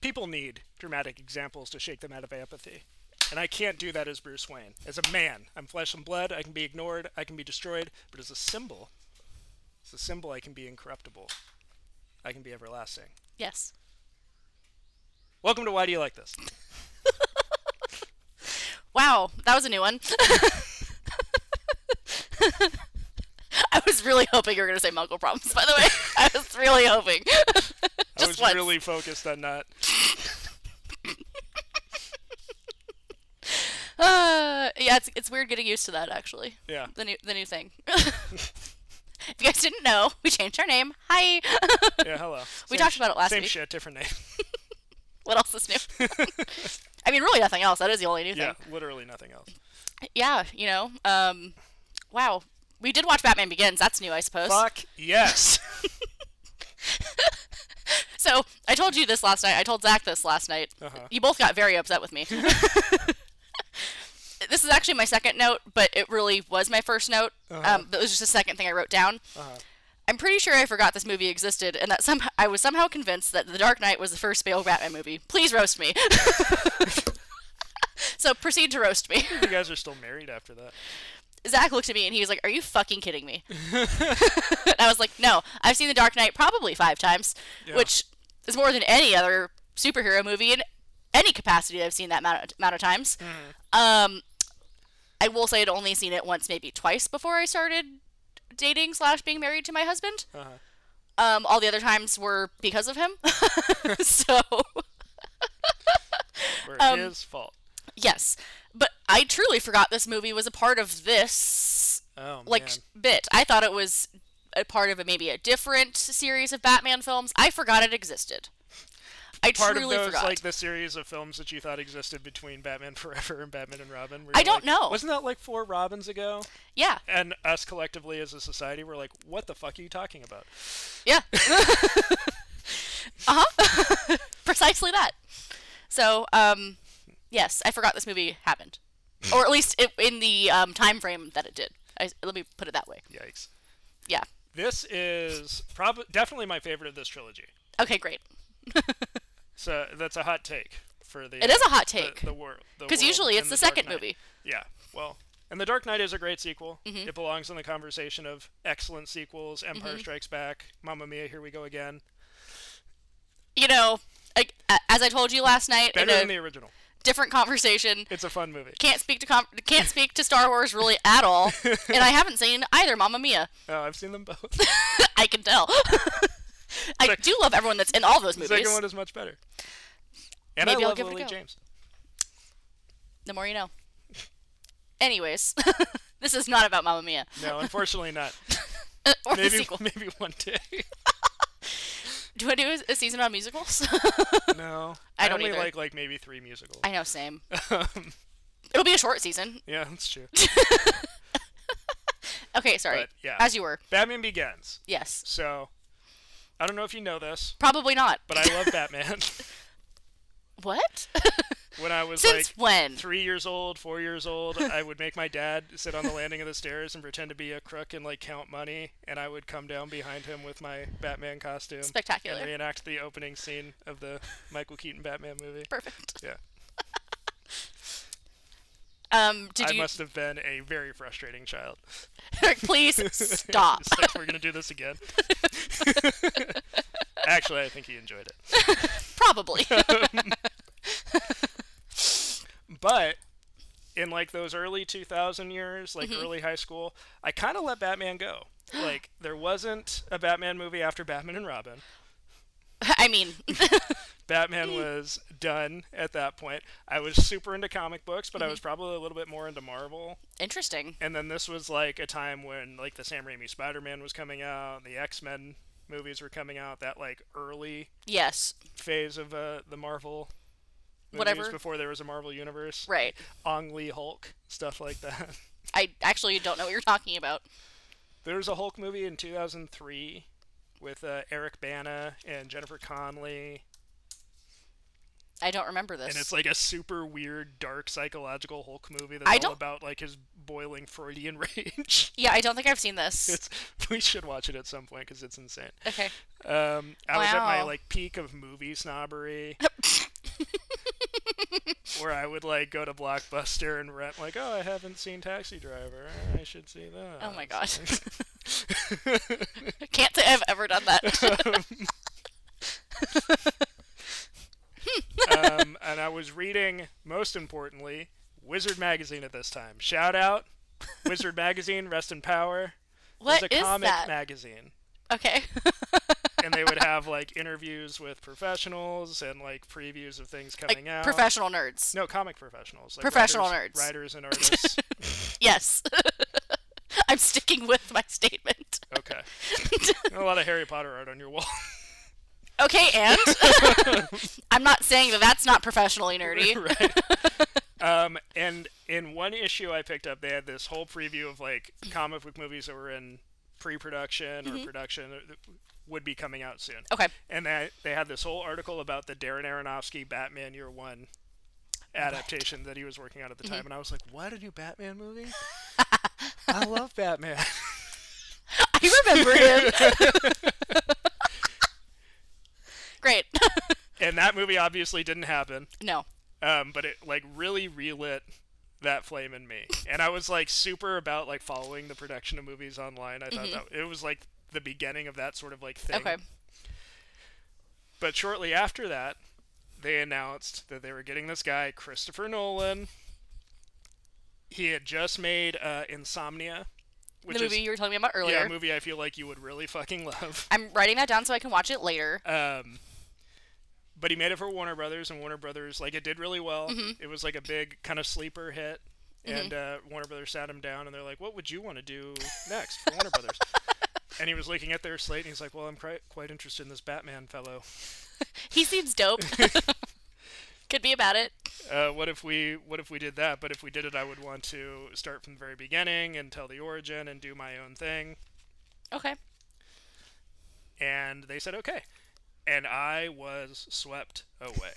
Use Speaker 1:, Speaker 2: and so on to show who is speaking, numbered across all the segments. Speaker 1: people need dramatic examples to shake them out of apathy. And I can't do that as Bruce Wayne. As a man, I'm flesh and blood. I can be ignored. I can be destroyed. But as a symbol, as a symbol, I can be incorruptible. I can be everlasting.
Speaker 2: Yes.
Speaker 1: Welcome to Why Do You Like This?
Speaker 2: Wow, that was a new one. I was really hoping you were going to say Muggle problems, by the way. I was really hoping.
Speaker 1: I was
Speaker 2: Just once.
Speaker 1: really focused on not.
Speaker 2: Uh, yeah, it's, it's weird getting used to that, actually.
Speaker 1: Yeah.
Speaker 2: The new, the new thing. if you guys didn't know, we changed our name. Hi!
Speaker 1: Yeah, hello.
Speaker 2: We
Speaker 1: Same
Speaker 2: talked
Speaker 1: sh-
Speaker 2: about it last
Speaker 1: Same
Speaker 2: week.
Speaker 1: shit, different name.
Speaker 2: what else is new? I mean, really nothing else. That is the only new
Speaker 1: yeah,
Speaker 2: thing.
Speaker 1: literally nothing else.
Speaker 2: Yeah, you know. Um, wow. We did watch Batman Begins. That's new, I suppose.
Speaker 1: Fuck yes.
Speaker 2: So I told you this last night. I told Zach this last night. You both got very upset with me. this is actually my second note, but it really was my first note. Um, but it was just the second thing I wrote down. I'm pretty sure I forgot this movie existed, and that somehow I was somehow convinced that The Dark Knight was the first Bale Batman movie. Please roast me. so proceed to roast me.
Speaker 1: you guys are still married after that.
Speaker 2: Zach looked at me and he was like, "Are you fucking kidding me?" and I was like, "No, I've seen The Dark Knight probably five times, which is more than any other superhero movie in any capacity that I've seen that amount of, amount of times." Um, I will say I'd only seen it once, maybe twice, before I started dating slash being married to my husband. Um, all the other times were because of him. so
Speaker 1: Were
Speaker 2: Um,
Speaker 1: his fault.
Speaker 2: yes, but I truly forgot this movie was a part of this
Speaker 1: Oh
Speaker 2: like
Speaker 1: man.
Speaker 2: bit. I thought it was a part of a, maybe a different series of Batman films. I forgot it existed. I
Speaker 1: Part
Speaker 2: truly
Speaker 1: of those,
Speaker 2: forgot.
Speaker 1: like the series of films that you thought existed between Batman Forever and Batman and Robin. where
Speaker 2: I
Speaker 1: you're like,
Speaker 2: don't know.
Speaker 1: Wasn't that like four Robins ago?
Speaker 2: yeah,
Speaker 1: And us collectively as a society were like, "What the fuck are you talking about?"
Speaker 2: yeah. uh huh. Precisely that. So, um, yes, I forgot this movie happened, or at least it, in the um, time frame that it did. I, let me put it that way.
Speaker 1: Yikes.
Speaker 2: Yeah.
Speaker 1: This is probably definitely my favorite of this trilogy.
Speaker 2: Okay, great.
Speaker 1: So that's a hot take for the.
Speaker 2: It is a hot
Speaker 1: the-
Speaker 2: take.
Speaker 1: The, wor- the
Speaker 2: Because
Speaker 1: world
Speaker 2: usually it's
Speaker 1: and
Speaker 2: the,
Speaker 1: Dark
Speaker 2: second
Speaker 1: Knight.
Speaker 2: movie. Mm-hmm.
Speaker 1: Yeah. Well, and The Dark Knight is a great sequel. It belongs in the conversation of excellent sequels. Empire Strikes Back, Mamma Mia, Here We Go Again.
Speaker 2: You know, I, a- as I told you last night
Speaker 1: Better
Speaker 2: in a
Speaker 1: than the original.
Speaker 2: different conversation,
Speaker 1: It's a fun movie.
Speaker 2: can't speak to com- can't speak to Star Wars really at all, and I haven't seen either Mamma Mia.
Speaker 1: Oh, I've seen them both.
Speaker 2: I can tell. I do love everyone that's in all of those
Speaker 1: The
Speaker 2: movies.
Speaker 1: second one is much better. And I
Speaker 2: Maybe I'll
Speaker 1: love
Speaker 2: give it a
Speaker 1: Lily
Speaker 2: go.
Speaker 1: James.
Speaker 2: The more you know. Anyways, this is not about Mamma Mia Uh,
Speaker 1: No, unfortunately not.
Speaker 2: or the
Speaker 1: Maybe
Speaker 2: sequel.
Speaker 1: maybe one day.
Speaker 2: Do I do a- a season on musicals?
Speaker 1: No,
Speaker 2: I don't
Speaker 1: only
Speaker 2: either.
Speaker 1: like like maybe three musicals.
Speaker 2: I know, same.
Speaker 1: Um,
Speaker 2: It'll be a short season.
Speaker 1: Yeah, that's true.
Speaker 2: Okay, sorry.
Speaker 1: But, yeah.
Speaker 2: As you were.
Speaker 1: Batman Begins.
Speaker 2: Yes.
Speaker 1: So, I don't know if you know this,
Speaker 2: Probably not.
Speaker 1: but I love Batman.
Speaker 2: what?
Speaker 1: when I was
Speaker 2: Since
Speaker 1: like
Speaker 2: when?
Speaker 1: three years old, four years old, I would make my dad sit on the landing of the stairs and pretend to be a crook and like count money, and I would come down behind him with my Batman costume.
Speaker 2: Spectacular.
Speaker 1: And reenact the opening scene of the Michael Keaton Batman movie.
Speaker 2: Perfect.
Speaker 1: Yeah.
Speaker 2: Um, did
Speaker 1: I
Speaker 2: you
Speaker 1: must have been a very frustrating child.
Speaker 2: please stop?
Speaker 1: It's like, we're going to do this again. Actually, I think he enjoyed it.
Speaker 2: Probably.
Speaker 1: But in like those early 2000 years, like
Speaker 2: Mm-hmm.
Speaker 1: early high school, I kind of let Batman go. Like, there wasn't a Batman movie after Batman and Robin.
Speaker 2: I mean, Mm.
Speaker 1: Batman was done at that point. I was super into comic books, but I
Speaker 2: Mm-hmm.
Speaker 1: was probably a little bit more into Marvel.
Speaker 2: interesting.
Speaker 1: And then this was like a time when like the Sam Raimi Spider-Man was coming out, the X-Men movies were coming out, that like early
Speaker 2: Yes.
Speaker 1: phase of uh, the Marvel movies
Speaker 2: Whatever.
Speaker 1: before there was a Marvel universe.
Speaker 2: Right.
Speaker 1: Ong Lee Hulk, stuff like that.
Speaker 2: I actually don't know what you're talking about.
Speaker 1: There was a Hulk movie in 2003 with uh, Eric Bana and Jennifer Connelly,
Speaker 2: I don't remember this.
Speaker 1: and it's like a super weird, dark, psychological Hulk movie that's
Speaker 2: I
Speaker 1: all
Speaker 2: don't-
Speaker 1: about like his boiling Freudian rage.
Speaker 2: yeah, I don't think I've seen this.
Speaker 1: it's we should watch it at some point because it's insane.
Speaker 2: okay.
Speaker 1: Um, I was at my
Speaker 2: Wow.
Speaker 1: like peak of movie snobbery, where I would like go to Blockbuster and rent like, oh, I haven't seen Taxi Driver. I should see that.
Speaker 2: Oh my god. I can't say I've ever done that.
Speaker 1: um, and I was reading, most importantly, Wizard magazine at this time. Shout out, Wizard magazine, rest in power.
Speaker 2: What
Speaker 1: it was a
Speaker 2: is
Speaker 1: comic
Speaker 2: that?
Speaker 1: magazine,
Speaker 2: okay.
Speaker 1: and they would have like interviews with professionals and like previews of things coming
Speaker 2: like
Speaker 1: out.
Speaker 2: professional nerds.
Speaker 1: no, comic professionals. Like
Speaker 2: Professional
Speaker 1: writers,
Speaker 2: nerds.
Speaker 1: writers and artists.
Speaker 2: Yes. I'm sticking with my statement.
Speaker 1: okay, a lot of Harry Potter art on your wall.
Speaker 2: Okay, and I'm not saying that that's not professionally nerdy.
Speaker 1: right. Um, and in one issue I picked up, they had this whole preview of like comic book movies that were in pre-production
Speaker 2: Mm-hmm.
Speaker 1: or production that would be coming out soon.
Speaker 2: Okay.
Speaker 1: And they they had this whole article about the Darren Aronofsky Batman Year One adaptation that he was working on at the
Speaker 2: Mm-hmm.
Speaker 1: time, and I was like, "What a new Batman movie! I love Batman."
Speaker 2: I remember him. Great.
Speaker 1: and that movie obviously didn't happen.
Speaker 2: no.
Speaker 1: um, but it like really relit that flame in me and i was like super about like following the production of movies online i thought that it was like the beginning of that sort of like thing
Speaker 2: Mm-hmm. Okay.
Speaker 1: but shortly after that they announced that they were getting this guy christopher nolan he had just made uh, insomnia which
Speaker 2: the
Speaker 1: is
Speaker 2: movie you were telling me about earlier.
Speaker 1: yeah, a movie i feel like you would really fucking love
Speaker 2: I'm writing that down so I can watch it later.
Speaker 1: Um, but he made it for Warner Brothers, and Warner Brothers like it did really well. It was like a big kind of sleeper hit, and uh, Warner Brothers sat him down, and they're like, "What would you want to do next for Warner Brothers?" And he was looking at their slate, and he's like, "Well, I'm quite quite interested in this Batman fellow.
Speaker 2: He seems dope. Could be about it.
Speaker 1: Uh, what if we what if we did that? But if we did it, I would want to start from the very beginning and tell the origin and do my own thing."
Speaker 2: Okay.
Speaker 1: And they said, "Okay." And I was swept away.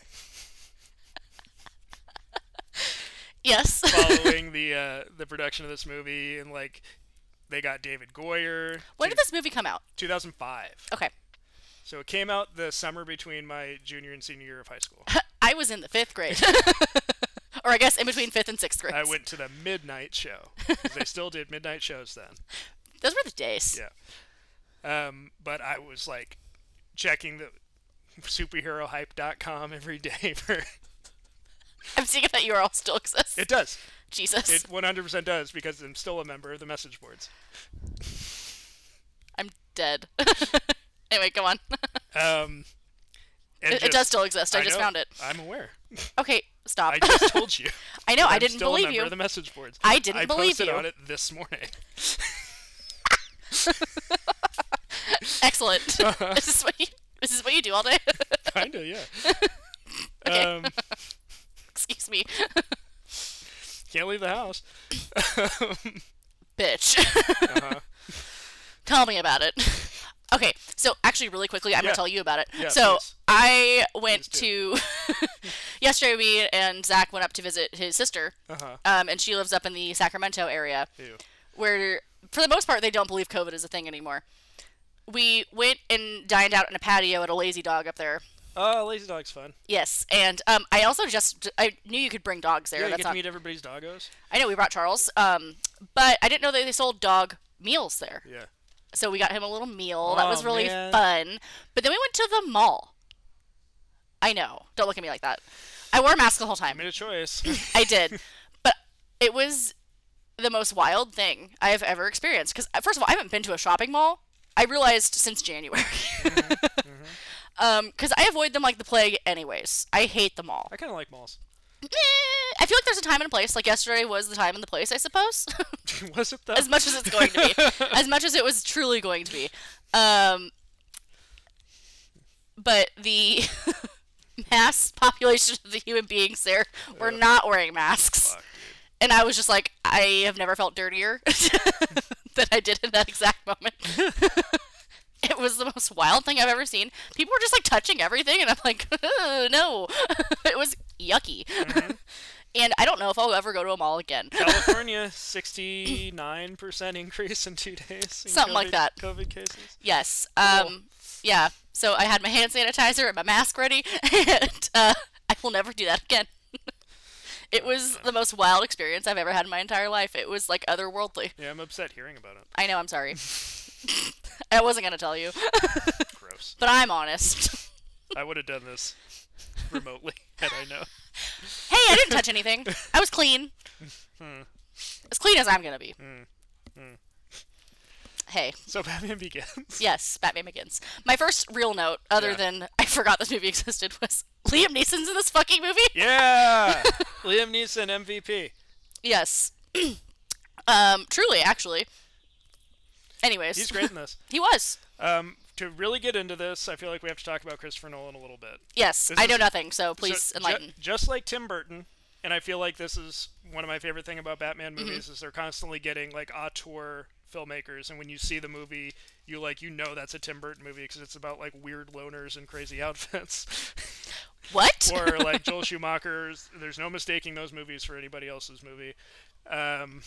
Speaker 2: Yes.
Speaker 1: following the uh, the production of this movie, and like they got David Goyer.
Speaker 2: when did this movie come out?
Speaker 1: 2005.
Speaker 2: Okay.
Speaker 1: So it came out the summer between my junior and senior year of high school.
Speaker 2: I was in the fifth grade. or I guess in between fifth and sixth grade.
Speaker 1: I went to the midnight show. 'cause They still did midnight shows then.
Speaker 2: Those were the days.
Speaker 1: Yeah. Um, but I was like checking the superherohype.com every day for
Speaker 2: I'm seeing if that URL still exists.
Speaker 1: it does
Speaker 2: Jesus.
Speaker 1: it 100% does because i'm still a member of the message boards
Speaker 2: I'm dead. anyway, go on.
Speaker 1: um and
Speaker 2: it, it
Speaker 1: just-
Speaker 2: does still exist. I, just
Speaker 1: know.
Speaker 2: found it.
Speaker 1: i'm aware
Speaker 2: Okay,
Speaker 1: i
Speaker 2: stop. I,
Speaker 1: just told you
Speaker 2: know.
Speaker 1: I'm
Speaker 2: I didn't
Speaker 1: still a
Speaker 2: believe
Speaker 1: member
Speaker 2: you.
Speaker 1: Of the message boards.
Speaker 2: I didn't believe
Speaker 1: posted
Speaker 2: you.
Speaker 1: on it this morning.
Speaker 2: Excellent. this is what you. This is what you do all day.
Speaker 1: Kinda, yeah. Um,
Speaker 2: Excuse me,
Speaker 1: can't leave the house.
Speaker 2: bitch.
Speaker 1: Uh-huh.
Speaker 2: Tell me about it. Okay, so actually, really quickly, I'm
Speaker 1: Yeah.
Speaker 2: gonna tell you about it.
Speaker 1: Yeah,
Speaker 2: so
Speaker 1: please.
Speaker 2: I went
Speaker 1: do.
Speaker 2: to yesterday. We and Zach went up to visit his sister,
Speaker 1: Uh huh.
Speaker 2: um, and she lives up in the Sacramento area.
Speaker 1: Ew.
Speaker 2: where for the most part they don't believe COVID is a thing anymore. We went and dined out in a patio at a Lazy Dog up there.
Speaker 1: Oh, lazy dog's fun.
Speaker 2: Yes, and um, I also just I knew you could bring dogs there.
Speaker 1: Yeah, you
Speaker 2: That's
Speaker 1: get
Speaker 2: not,
Speaker 1: to meet everybody's doggos.
Speaker 2: I know we brought Charles, um, but I didn't know that they sold dog meals there.
Speaker 1: Yeah.
Speaker 2: So we got him a little meal. that was
Speaker 1: Aw,
Speaker 2: really
Speaker 1: Oh, man.
Speaker 2: fun. But then we went to the mall. I know. Don't look at me like that. I wore a mask the whole time.
Speaker 1: Made a choice.
Speaker 2: I did, but it was the most wild thing I have ever experienced. Because first of all, I haven't been to a shopping mall. I realized since January.
Speaker 1: Mm-hmm.
Speaker 2: Um, because I avoid them like the plague, anyways. I hate them all.
Speaker 1: I kind of like malls.
Speaker 2: Eh, I feel like there's a time and a place. Like yesterday was the time and the place, I suppose.
Speaker 1: Was it though?
Speaker 2: as much as it's going to be, as much as it was truly going to be. Um, but the mass population of the human beings there were not wearing masks.
Speaker 1: Fuck,
Speaker 2: And I was just like, I have never felt dirtier than I did in that exact moment. it was the most wild thing I've ever seen. People were just like touching everything, and I'm like, "Ugh, no. it was yucky. and I don't know if I'll ever go to a mall again.
Speaker 1: California, sixty-nine percent increase in two days. in
Speaker 2: Something like
Speaker 1: COVID
Speaker 2: that.
Speaker 1: COVID cases.
Speaker 2: Yes. Um, Yeah. So I had my hand sanitizer and my mask ready, and uh, I will never do that again. It was the most wild experience I've ever had in my entire life. It was like otherworldly.
Speaker 1: Yeah, I'm upset hearing about it.
Speaker 2: I know, I'm sorry. I wasn't going to tell you,
Speaker 1: Gross.
Speaker 2: but I'm honest.
Speaker 1: I would have done this remotely had I known.
Speaker 2: hey, I didn't touch anything. I was clean. As clean as I'm going to be. Hey,
Speaker 1: So Batman Begins.
Speaker 2: yes, Batman Begins. My first real note, other
Speaker 1: Yeah.
Speaker 2: than I forgot this movie existed, was Liam Neeson's in this fucking movie?
Speaker 1: Yeah, Liam Neeson MVP.
Speaker 2: Yes. um, truly, actually. Anyways.
Speaker 1: He's great in this.
Speaker 2: He was.
Speaker 1: Um, to really get into this, I feel like we have to talk about Christopher Nolan a little bit.
Speaker 2: Yes,
Speaker 1: This
Speaker 2: I know
Speaker 1: is-
Speaker 2: nothing, so please
Speaker 1: So, ju-
Speaker 2: enlighten.
Speaker 1: just like Tim Burton, and I feel like this is one of my favorite thing about Batman
Speaker 2: Mm-hmm.
Speaker 1: movies is they're constantly getting like auteur filmmakers, and when you see the movie, you like you know that's a Tim Burton movie because it's about like weird loners and crazy outfits,
Speaker 2: what?
Speaker 1: or like Joel Schumacher's. There's no mistaking those movies for anybody else's movie. Um,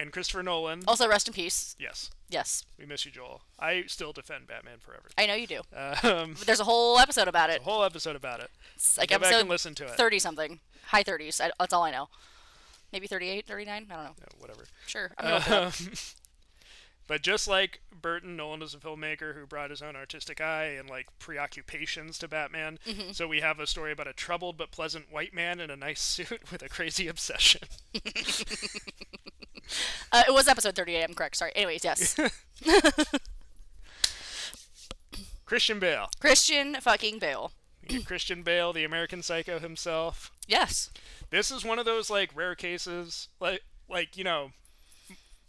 Speaker 1: and Christopher Nolan.
Speaker 2: also, rest in peace.
Speaker 1: Yes,
Speaker 2: Yes,
Speaker 1: we miss you, Joel. I still defend Batman forever.
Speaker 2: I know you do.
Speaker 1: Um,
Speaker 2: But there's a whole episode about it.
Speaker 1: whole episode about it.
Speaker 2: It's like
Speaker 1: Go back
Speaker 2: episode
Speaker 1: and listen to it.
Speaker 2: 30 something. High 30s. I, that's all I know. Maybe 38, 39? I don't know.
Speaker 1: Uh, Whatever.
Speaker 2: Sure. I'm
Speaker 1: Uh.
Speaker 2: gonna look it up.
Speaker 1: But just like Burton, Nolan is a filmmaker who brought his own artistic eye and like preoccupations to Batman.
Speaker 2: Mm-hmm.
Speaker 1: So we have a story about a troubled but pleasant white man in a nice suit with a crazy obsession.
Speaker 2: Uh, it was episode 38. I'm correct. Sorry. Anyways, yes.
Speaker 1: Christian Bale.
Speaker 2: Christian fucking Bale.
Speaker 1: You get Christian Bale, the American Psycho himself.
Speaker 2: Yes.
Speaker 1: This is one of those like rare cases, like like you know,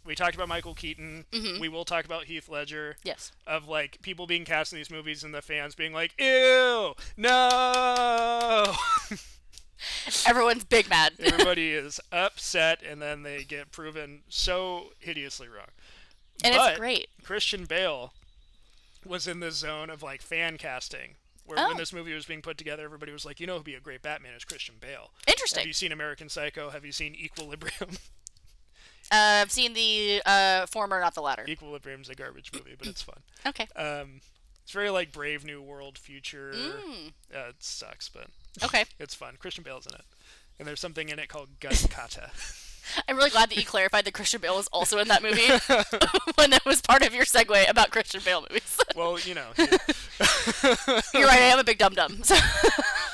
Speaker 1: we talked about Michael Keaton.
Speaker 2: Mm-hmm.
Speaker 1: We will talk about Heath Ledger.
Speaker 2: Yes.
Speaker 1: of like people being cast in these movies and the fans being like, "Ew, no!"
Speaker 2: Everyone's big mad.
Speaker 1: Everybody is upset, and then they get proven so hideously wrong.
Speaker 2: and
Speaker 1: but
Speaker 2: it's great.
Speaker 1: Christian Bale was in this zone of like fan casting, where
Speaker 2: Oh.
Speaker 1: when this movie was being put together, everybody was like, "You know who'd be a great Batman is Christian Bale." Have
Speaker 2: Interesting.
Speaker 1: you seen American Psycho? Have you seen Equilibrium?
Speaker 2: Uh, I've seen the uh, former, not the latter.
Speaker 1: Equilibrium's a garbage movie, but it's fun.
Speaker 2: Okay.
Speaker 1: Um, it's very like Brave New World future. Uh, it sucks, but
Speaker 2: Okay.
Speaker 1: It's fun. Christian Bale's in it. And there's something in it called Gun Kata.
Speaker 2: I'm really glad that you clarified that Christian Bale was also in that movie when that was part of your segue about Christian Bale movies.
Speaker 1: well, you know. yeah.
Speaker 2: You're right, I am a big dum dum. So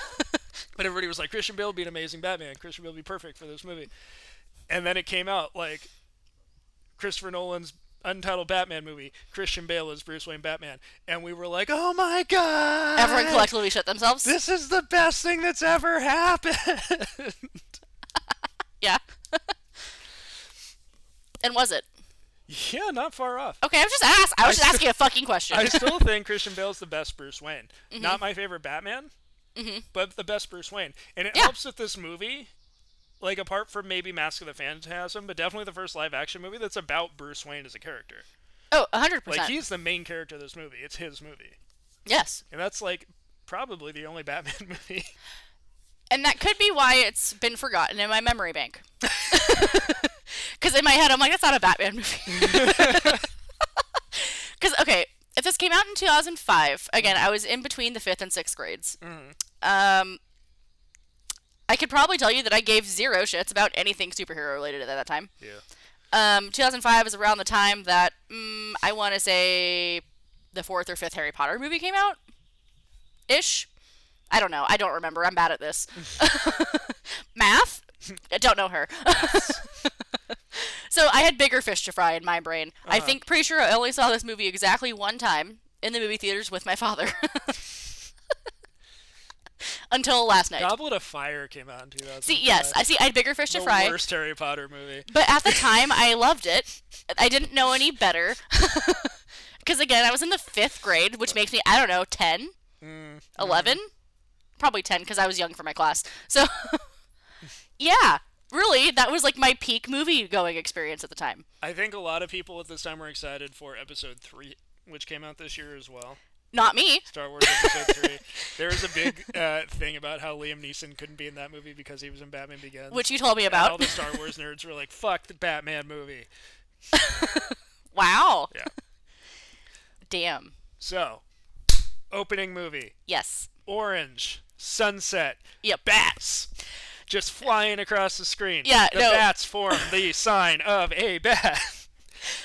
Speaker 1: But everybody was like, Christian Bale would be an amazing Batman. Christian Bale would be perfect for this movie. And then it came out like Christopher Nolan's untitled Batman movie, Christian Bale is Bruce Wayne Batman. And we were like, oh my God!
Speaker 2: everyone collectively shut themselves.
Speaker 1: This is the best thing that's ever happened!
Speaker 2: yeah. and was it?
Speaker 1: yeah, not far off.
Speaker 2: Okay, I was just ask. I was just asking a fucking question.
Speaker 1: I still think Christian Bale's the best Bruce Wayne.
Speaker 2: Mm-hmm.
Speaker 1: Not my favorite Batman, but the best Bruce Wayne. And it
Speaker 2: Yeah.
Speaker 1: helps that this movie, like apart from maybe Mask of the Phantasm, but definitely the first live action movie that's about Bruce Wayne as a character.
Speaker 2: oh, 100
Speaker 1: Like
Speaker 2: percent.
Speaker 1: he's the main character of this movie. It's his movie,
Speaker 2: Yes,
Speaker 1: and that's like probably the only Batman movie.
Speaker 2: and that could be why it's been forgotten in my memory bank. Because in my head, I'm like, that's not a Batman movie. Because okay, if this came out in 2005, again, I was in between the fifth and sixth grades. Um, I could probably tell you that I gave zero shits about anything superhero related at that time.
Speaker 1: yeah.
Speaker 2: Um, 2005 is around the time that mm, I want to say the fourth or fifth Harry Potter movie came out, ish. I don't know. I don't remember. I'm bad at this. Math. I don't know her. so I had bigger fish to fry in my brain. I think pretty sure I only saw this movie exactly one time in the movie theaters with my father. Until last night.
Speaker 1: Goblet of Fire came out in 2000.
Speaker 2: See, yes, I see. I had bigger fish to
Speaker 1: the
Speaker 2: fry.
Speaker 1: worst Harry Potter movie.
Speaker 2: But at the time, I loved it. I didn't know any better. Because again, I was in the fifth grade, which makes me, I don't know, 10? 11? Probably 10, because I was young for my class. So, yeah, really, that was like my peak movie going experience at the time.
Speaker 1: I think a lot of people at this time were excited for Episode Three, which came out this year as well.
Speaker 2: Not me.
Speaker 1: Star Wars Episode Three. There was a big uh, thing about how Liam Neeson couldn't be in that movie because he was in Batman Begins.
Speaker 2: Which you told me
Speaker 1: And all
Speaker 2: about.
Speaker 1: the Star Wars nerds were like, "Fuck the Batman movie."
Speaker 2: Wow.
Speaker 1: Yeah.
Speaker 2: Damn.
Speaker 1: So, opening movie:
Speaker 2: Yes.
Speaker 1: orange sunset,
Speaker 2: Yep.
Speaker 1: bats. just flying across the screen.
Speaker 2: Yeah,
Speaker 1: the
Speaker 2: no.
Speaker 1: bats form the sign of a bat.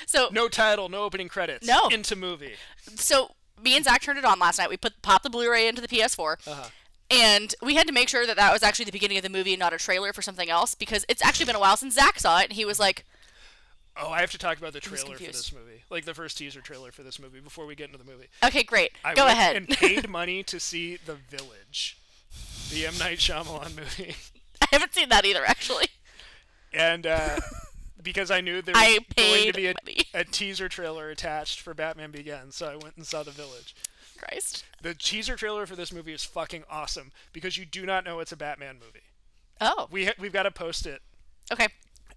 Speaker 2: So
Speaker 1: No title, no opening credits.
Speaker 2: No.
Speaker 1: into movie.
Speaker 2: so me and Zach turned it on last night. We put popped the Blu-ray into the PS4,
Speaker 1: Uh-huh.
Speaker 2: and we had to make sure that that was actually the beginning of the movie and not a trailer for something else because it's actually been a while since Zach saw it, and he was like,
Speaker 1: Oh, I have to talk about the trailer for
Speaker 2: confused.
Speaker 1: this movie, like the first teaser trailer for this movie, before we get into the movie.
Speaker 2: "Okay, great,
Speaker 1: I
Speaker 2: go
Speaker 1: went
Speaker 2: ahead."
Speaker 1: And paid money to see The Village, the M Night Shyamalan movie,
Speaker 2: I haven't seen that either, actually.
Speaker 1: and uh, because I knew there was
Speaker 2: I
Speaker 1: going to
Speaker 2: paid
Speaker 1: be a,
Speaker 2: money.
Speaker 1: a teaser trailer attached for Batman Begins, so I went and saw The Village.
Speaker 2: Christ.
Speaker 1: The teaser trailer for this movie is fucking awesome because you do not know it's a Batman movie.
Speaker 2: Oh,
Speaker 1: We ha- we've got to post it
Speaker 2: okay.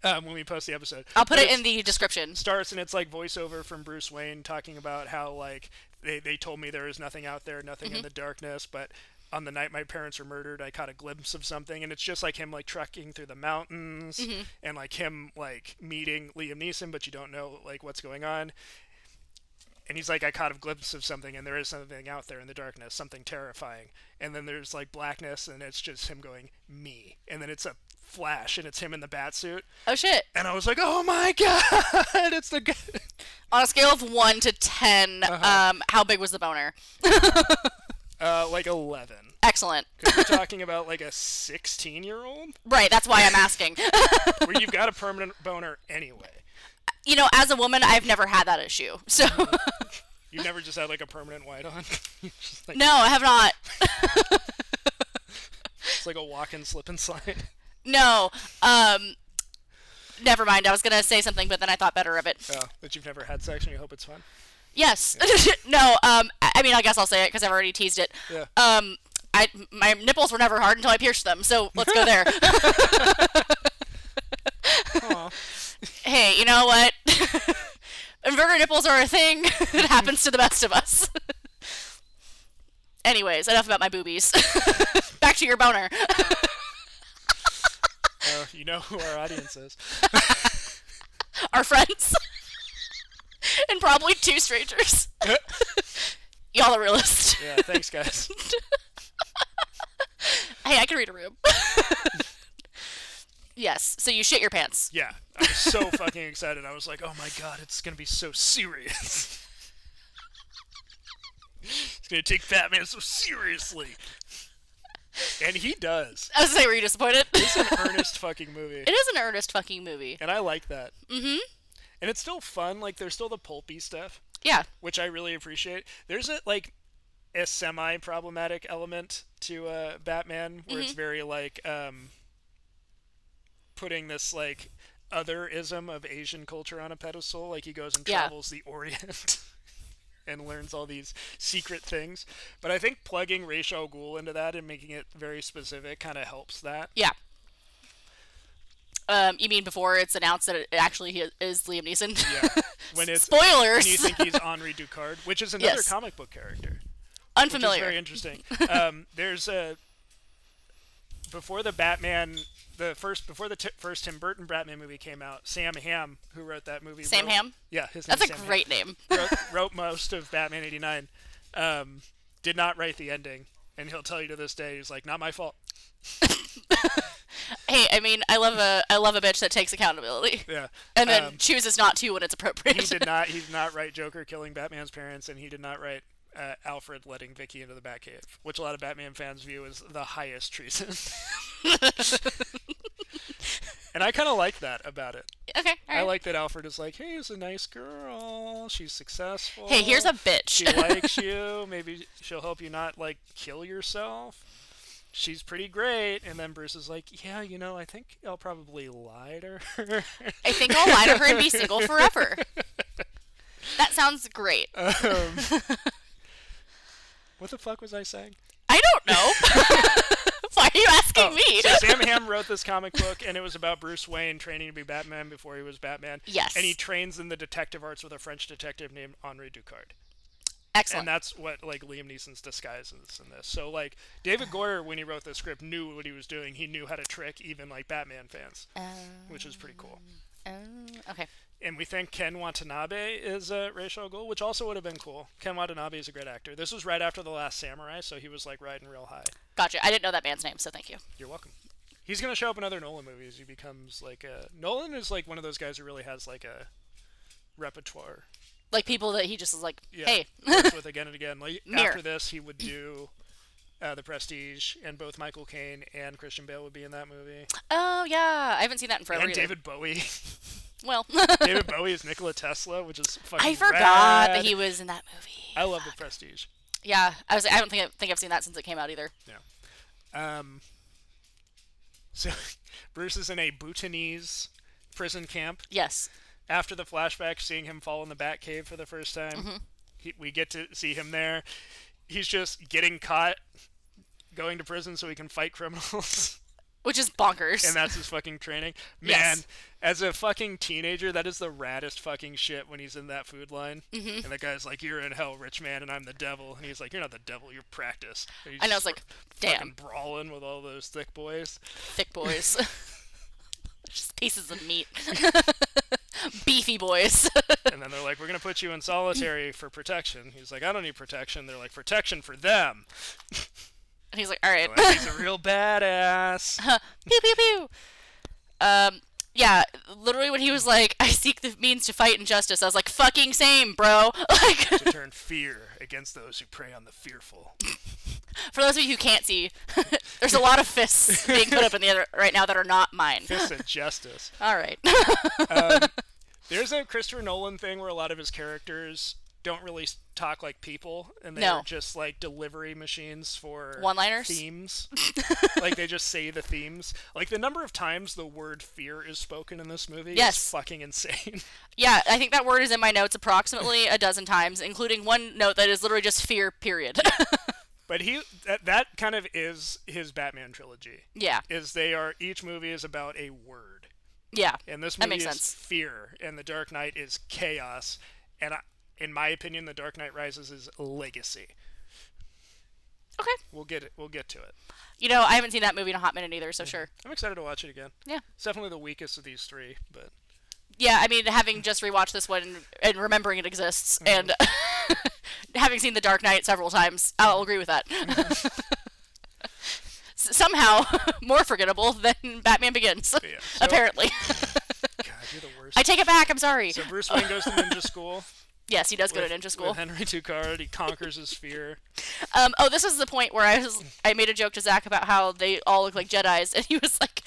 Speaker 1: um, when we post the episode.
Speaker 2: I'll put
Speaker 1: But
Speaker 2: it
Speaker 1: it's-
Speaker 2: in the description.
Speaker 1: starts and it's like voiceover from Bruce Wayne talking about how like they, they told me there is nothing out there, nothing in the darkness, but on the night my parents were murdered, I caught a glimpse of something and it's just like him like trekking through the mountains and like him like meeting Liam Neeson, but you don't know like what's going on. And he's like, I caught a glimpse of something, and there is something out there in the darkness, something terrifying. And then there's like blackness, and it's just him going, me. And then it's a flash, and it's him in the bat suit.
Speaker 2: Oh shit.
Speaker 1: And I was like, oh my god, it's the g-
Speaker 2: On a scale of one to 10
Speaker 1: Uh-huh.
Speaker 2: um, how big was the boner?
Speaker 1: Uh, like 11.
Speaker 2: Excellent.
Speaker 1: 'Cause we're talking about like a 16 year old
Speaker 2: Right, that's why I'm asking.
Speaker 1: where you've got a permanent boner anyway.
Speaker 2: you know, as a woman, I've never had that issue. So,
Speaker 1: You never just had like a permanent white on. You're just like,
Speaker 2: no, I have not.
Speaker 1: it's like a walk and slip and slide.
Speaker 2: No. Um, never mind. I was going to say something, but then I thought better of it.
Speaker 1: Oh, that you've never had sex and you hope it's fun.
Speaker 2: Yes. no, um, I I mean, I guess I'll say it because I've already teased it.
Speaker 1: Yeah.
Speaker 2: Um, I, my nipples were never hard until I pierced them, so let's go there.
Speaker 1: Aw.
Speaker 2: hey, you know what? Inverted nipples are a thing. it happens to the best of us. Anyways, enough about my boobies. Back to your boner.
Speaker 1: Oh, you know who our audience is.
Speaker 2: Our friends. and probably two strangers. Y'all are realist.
Speaker 1: Yeah, thanks, guys.
Speaker 2: Hey, I can read a room. yes, so you shit your pants.
Speaker 1: Yeah, I was so fucking excited. I was like, oh my god, it's gonna be so serious. it's gonna take Batman so seriously. And he does.
Speaker 2: I was gonna say, were you disappointed?
Speaker 1: It's an earnest fucking movie.
Speaker 2: it is an earnest fucking movie.
Speaker 1: and I like that. Mm-hmm. And it's still fun. Like there's still the pulpy stuff,
Speaker 2: Yeah.
Speaker 1: which I really appreciate. There's a like a semi problematic element to uh, Batman where
Speaker 2: Mm-hmm.
Speaker 1: it's very like um, putting this like otherism of Asian culture on a pedestal. Like he goes and
Speaker 2: Yeah.
Speaker 1: travels the Orient. And learns all these secret things, but I think plugging Ra's al Ghul into that and making it very specific kind of helps that.
Speaker 2: Yeah. Um, you mean before it's announced that it actually hi- is Liam Neeson?
Speaker 1: Yeah, when it's
Speaker 2: Spoilers.
Speaker 1: Do you think he's Henri Ducard, which is another
Speaker 2: Yes.
Speaker 1: comic book character? Which is very
Speaker 2: Unfamiliar.
Speaker 1: interesting. Um, there's a before the Batman, the first before the t- first Tim Burton Batman movie came out. Sam Ham, who wrote that movie,
Speaker 2: Sam
Speaker 1: wrote-
Speaker 2: Hamm?
Speaker 1: Yeah, his
Speaker 2: That's a
Speaker 1: name's Sam Hamm,
Speaker 2: great name.
Speaker 1: wrote, wrote most of Batman '89. Um, did not write the ending, and he'll tell you to this day, he's like, not my fault.
Speaker 2: Hey, I mean, I love a I love a bitch that takes accountability
Speaker 1: Yeah,
Speaker 2: and then
Speaker 1: Um,
Speaker 2: chooses not to when it's appropriate.
Speaker 1: he did not. He did not write Joker killing Batman's parents, and he did not write uh, Alfred letting Vicky into the Batcave, which a lot of Batman fans view as the highest treason. and I kind of like that about it.
Speaker 2: okay. All
Speaker 1: I
Speaker 2: right.
Speaker 1: like that Alfred is like, "Hey, it's a nice girl. She's successful.
Speaker 2: hey, here's a
Speaker 1: she
Speaker 2: bitch.
Speaker 1: likes you. Maybe she'll help you not like kill yourself." She's pretty great, and then Bruce is like, "Yeah, you know, I think I'll probably lie to her."
Speaker 2: I think I'll lie to her and be single forever. That sounds great.
Speaker 1: um, what the fuck was I saying?
Speaker 2: I don't know. Why are you asking me?
Speaker 1: So Sam Ham wrote this comic book, and it was about Bruce Wayne training to be Batman before he was Batman.
Speaker 2: Yes.
Speaker 1: And he trains in the detective arts with a French detective named Henri Ducard.
Speaker 2: Excellent.
Speaker 1: And that's what like Liam Neeson's disguises in this. So like David Goyer, when he wrote the script, knew what he was doing. He knew how to trick even like Batman fans, which is pretty cool.
Speaker 2: Um, okay.
Speaker 1: And we think Ken Watanabe is uh, Ra's al Ghul, which also would have been cool. Ken Watanabe is a great actor. This was right after The Last Samurai, so he was like riding real high.
Speaker 2: Gotcha. I didn't know that band's name, so thank you.
Speaker 1: You're welcome. He's gonna show up in other Nolan movies. He becomes like a Nolan is like one of those guys who really has like a repertoire.
Speaker 2: Like people that he just is like,
Speaker 1: Yeah,
Speaker 2: hey,
Speaker 1: works with again and again. Like
Speaker 2: Mirror.
Speaker 1: after this, he would do uh, the Prestige, and both Michael Caine and Christian Bale would be in that movie,
Speaker 2: oh yeah, I haven't seen that in forever.
Speaker 1: and
Speaker 2: either.
Speaker 1: David Bowie.
Speaker 2: Well,
Speaker 1: David Bowie is Nikola Tesla, which is fucking.
Speaker 2: I forgot
Speaker 1: rad.
Speaker 2: that he was in that movie.
Speaker 1: I love the Prestige.
Speaker 2: Yeah, I was. I don't think think I've seen that since it came out either.
Speaker 1: Um, so Bruce is in a Bhutanese prison camp.
Speaker 2: Yes.
Speaker 1: After the flashback, seeing him fall in the Batcave for the first time,
Speaker 2: Mm-hmm.
Speaker 1: he, we get to see him there. He's just getting caught, going to prison so he can fight criminals,
Speaker 2: Which is bonkers.
Speaker 1: and that's his fucking training. Man,
Speaker 2: Yes.
Speaker 1: as a fucking teenager, that is the raddest fucking shit when he's in that food line. Mm-hmm. And the guy's like, "You're in hell, rich man, and I'm the devil." And he's like, "You're not the devil. You're practice." And he's
Speaker 2: I know. I was
Speaker 1: just
Speaker 2: like,
Speaker 1: fucking
Speaker 2: damn,
Speaker 1: brawling with all those thick boys.
Speaker 2: thick boys. just pieces of meat. Beefy boys.
Speaker 1: And then they're like, "We're gonna put you in solitary for protection." He's like, "I don't need protection." They're like, "Protection for them."
Speaker 2: and he's like, all right.
Speaker 1: Like, he's a real badass.
Speaker 2: pew pew pew. Um, yeah, literally when he was like, "I seek the means to fight injustice," I was like, "Fucking same, bro." Like,
Speaker 1: to turn fear against those who prey on the fearful.
Speaker 2: for those of you who can't see, there's a lot of fists being put up in the air right now that are not mine.
Speaker 1: This is justice.
Speaker 2: All right,
Speaker 1: There's a Christopher Nolan thing where a lot of his characters don't really s- talk like people, and they're
Speaker 2: No.
Speaker 1: just like delivery machines for
Speaker 2: One-liners?
Speaker 1: themes. like they just say the themes. Like the number of times the word fear is spoken in this movie
Speaker 2: Yes.
Speaker 1: is fucking insane.
Speaker 2: yeah, I think that word is in my notes approximately a dozen times, including one note that is literally just fear. Period.
Speaker 1: But he that, that kind of is his Batman trilogy.
Speaker 2: yeah,
Speaker 1: Is they are each movie is about a word.
Speaker 2: yeah,
Speaker 1: And this
Speaker 2: That
Speaker 1: movie
Speaker 2: makes
Speaker 1: is
Speaker 2: sense.
Speaker 1: fear and The Dark Knight is chaos and I, in my opinion The Dark Knight Rises is legacy.
Speaker 2: okay.
Speaker 1: We'll get it we'll get to it.
Speaker 2: You know, I haven't seen that movie in a hot minute either, so sure.
Speaker 1: I'm excited to watch it again.
Speaker 2: Yeah.
Speaker 1: It's definitely the weakest of these 3, but
Speaker 2: Yeah, I mean, having just rewatched this one and, and remembering it exists, and having seen The Dark Knight several times, I'll agree with that. S- Somehow more forgettable than Batman Begins,
Speaker 1: yeah.
Speaker 2: apparently.
Speaker 1: God, you're the worst.
Speaker 2: I take it back. I'm sorry.
Speaker 1: so Bruce Wayne goes to ninja school.
Speaker 2: yes, he does go
Speaker 1: with-
Speaker 2: to ninja
Speaker 1: with
Speaker 2: school.
Speaker 1: Henry Ducard, he conquers his fear.
Speaker 2: Um, oh, this is the point where I was I made a joke to Zach about how they all look like Jedi's, and he was like,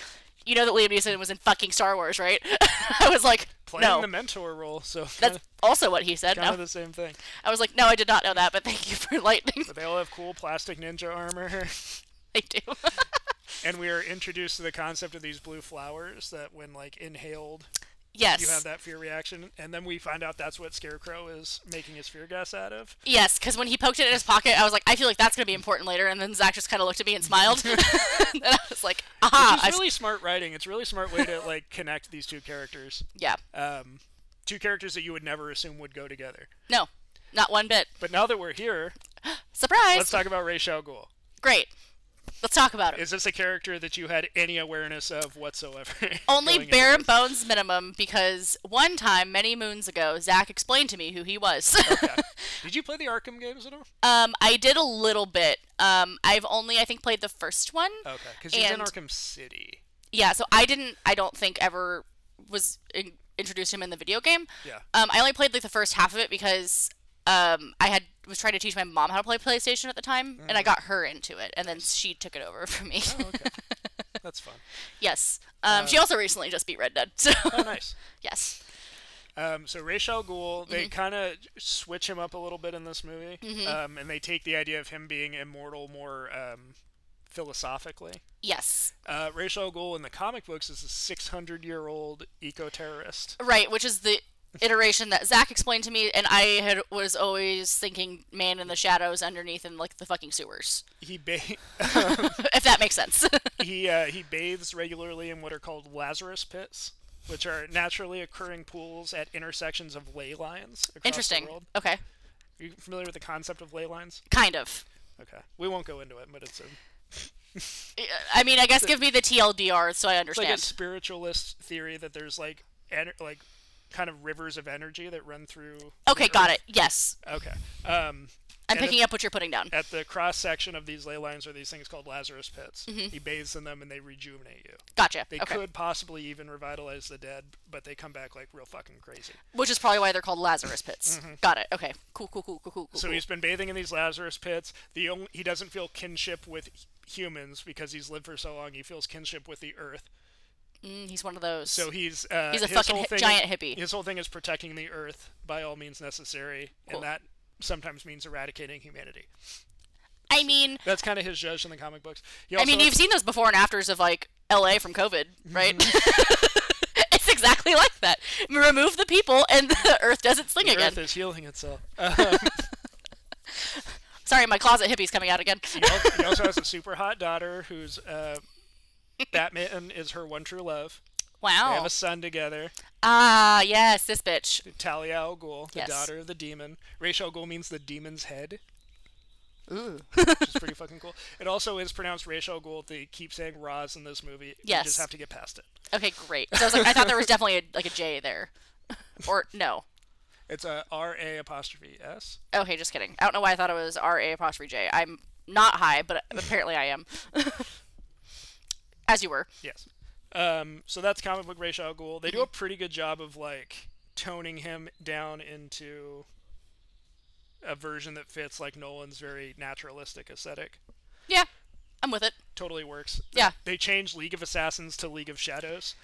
Speaker 2: "You know that Liam Neeson was in fucking Star Wars, right?" I was like,
Speaker 1: Playing
Speaker 2: "No."
Speaker 1: the mentor role, so kind
Speaker 2: That's
Speaker 1: of,
Speaker 2: also what he said.
Speaker 1: kind
Speaker 2: No.
Speaker 1: of the same thing.
Speaker 2: I was like, "No, I did not know that, but thank you for enlightening."
Speaker 1: But they all have cool plastic ninja armor.
Speaker 2: They do.
Speaker 1: and we are introduced to the concept of these blue flowers that when like inhaled
Speaker 2: Yes.
Speaker 1: you have that fear reaction and then we find out that's what scarecrow is making his fear gas out of
Speaker 2: Yes, because when he poked it in his pocket, I was like, I feel like that's gonna be important later. And then Zach just kind of looked at me and smiled, and I was like, Aha!
Speaker 1: which
Speaker 2: I
Speaker 1: is
Speaker 2: s-
Speaker 1: really smart writing it's a really smart way to like connect these two characters
Speaker 2: yeah.
Speaker 1: um, two characters that you would never assume would go together
Speaker 2: No, not one bit.
Speaker 1: but now that we're here
Speaker 2: Surprise!
Speaker 1: let's talk about Ra's al Ghul
Speaker 2: Great. Let's talk about it.
Speaker 1: is this a character that you had any awareness of whatsoever
Speaker 2: Only
Speaker 1: going into
Speaker 2: bare
Speaker 1: this?
Speaker 2: bones minimum because one time many moons ago, Zach explained to me who he was.
Speaker 1: Okay. did you play the Arkham games at all
Speaker 2: um, I did a little bit. Um, I've only I think played the first one.
Speaker 1: okay because he's in
Speaker 2: And-
Speaker 1: Arkham City
Speaker 2: Yeah, so I didn't. I don't think ever was in, introduced him in the video game.
Speaker 1: yeah
Speaker 2: Um, I only played like the first half of it because um, I had was trying to teach my mom how to play PlayStation at the time, and I got her into it, and then she took it over for me.
Speaker 1: okay that's fun
Speaker 2: yes. Um, she also recently just beat Red Dead, so
Speaker 1: oh nice
Speaker 2: yes,
Speaker 1: Um, so Ra's al Ghul, they kind of switch him up a little bit in this movie, um, and they take the idea of him being immortal more um, philosophically.
Speaker 2: yes,
Speaker 1: Uh, Ra's al Ghul in the comic books is a 600-year-old eco-terrorist.
Speaker 2: right. Which is the iteration that Zach explained to me, and I had was always thinking man in the shadows underneath in like the fucking sewers,
Speaker 1: He ba-
Speaker 2: if that makes sense.
Speaker 1: he uh, he bathes regularly in what are called Lazarus pits, which are naturally occurring pools at intersections of ley lines. Across
Speaker 2: Interesting.
Speaker 1: The world.
Speaker 2: Okay,
Speaker 1: Are you familiar with the concept of ley lines?
Speaker 2: kind of.
Speaker 1: Okay, we won't go into it, but it's a
Speaker 2: I mean, I guess give me the TLDR so I
Speaker 1: it's like
Speaker 2: understand.
Speaker 1: a spiritualist theory that there's like ener- like kind of rivers of energy that run through
Speaker 2: okay, got it. Yes.
Speaker 1: okay um
Speaker 2: I'm
Speaker 1: And
Speaker 2: picking up what you're putting down.
Speaker 1: At the cross section of these ley lines are these things called Lazarus pits. He bathes in them and they rejuvenate you.
Speaker 2: Gotcha.
Speaker 1: They
Speaker 2: Mm-hmm. okay.
Speaker 1: could possibly even revitalize the dead, but they come back like real fucking crazy.
Speaker 2: Which is probably why they're called Lazarus pits. Got it. Okay. Cool, cool, cool, cool, cool, cool.
Speaker 1: Mm-hmm. So
Speaker 2: cool.
Speaker 1: he's been bathing in these Lazarus pits. The only, he doesn't feel kinship with h- humans because he's lived for so long. He feels kinship with the earth.
Speaker 2: Mm, he's one of those.
Speaker 1: So he's uh,
Speaker 2: He's a
Speaker 1: his
Speaker 2: fucking
Speaker 1: whole
Speaker 2: hi-
Speaker 1: thing-
Speaker 2: giant hippie.
Speaker 1: His whole thing is protecting the earth by all means necessary,
Speaker 2: Cool.
Speaker 1: and that sometimes means eradicating humanity.
Speaker 2: I mean,
Speaker 1: That's kind of his judge in the comic books. He
Speaker 2: I mean,
Speaker 1: also- Mm-hmm.
Speaker 2: you've seen those before and afters of like L.A. from COVID, right? it's exactly like that. Remove the people, and the Earth does its thing
Speaker 1: the
Speaker 2: again.
Speaker 1: earth is healing itself.
Speaker 2: Sorry, my closet hippie's coming out again.
Speaker 1: He al- he also has a super hot daughter who's uh, Batman is her one true love. They have
Speaker 2: Wow.
Speaker 1: a son together.
Speaker 2: Ah, yes, this bitch.
Speaker 1: Talia al Ghul, the
Speaker 2: Yes.
Speaker 1: daughter of the demon. Ra's al Ghul means the demon's head,
Speaker 2: Ooh.
Speaker 1: which is pretty fucking cool. It also is pronounced Ra's al Ghul. They keep saying Raz in this movie. You
Speaker 2: Yes.
Speaker 1: just have to get past it.
Speaker 2: Okay, great. So I was like, I thought there was definitely a, like a J there, or no.
Speaker 1: It's a R A apostrophe S.
Speaker 2: Okay, just kidding. I don't know why I thought it was R A apostrophe J. I'm not high, but apparently I am. As you were.
Speaker 1: Yes. Um, so that's comic book Ra's al Ghul. They do a
Speaker 2: Mm-hmm.
Speaker 1: pretty good job of like toning him down into a version that fits like Nolan's very naturalistic aesthetic.
Speaker 2: Yeah, I'm with it.
Speaker 1: Totally works.
Speaker 2: Yeah.
Speaker 1: They changed League of Assassins to League of Shadows.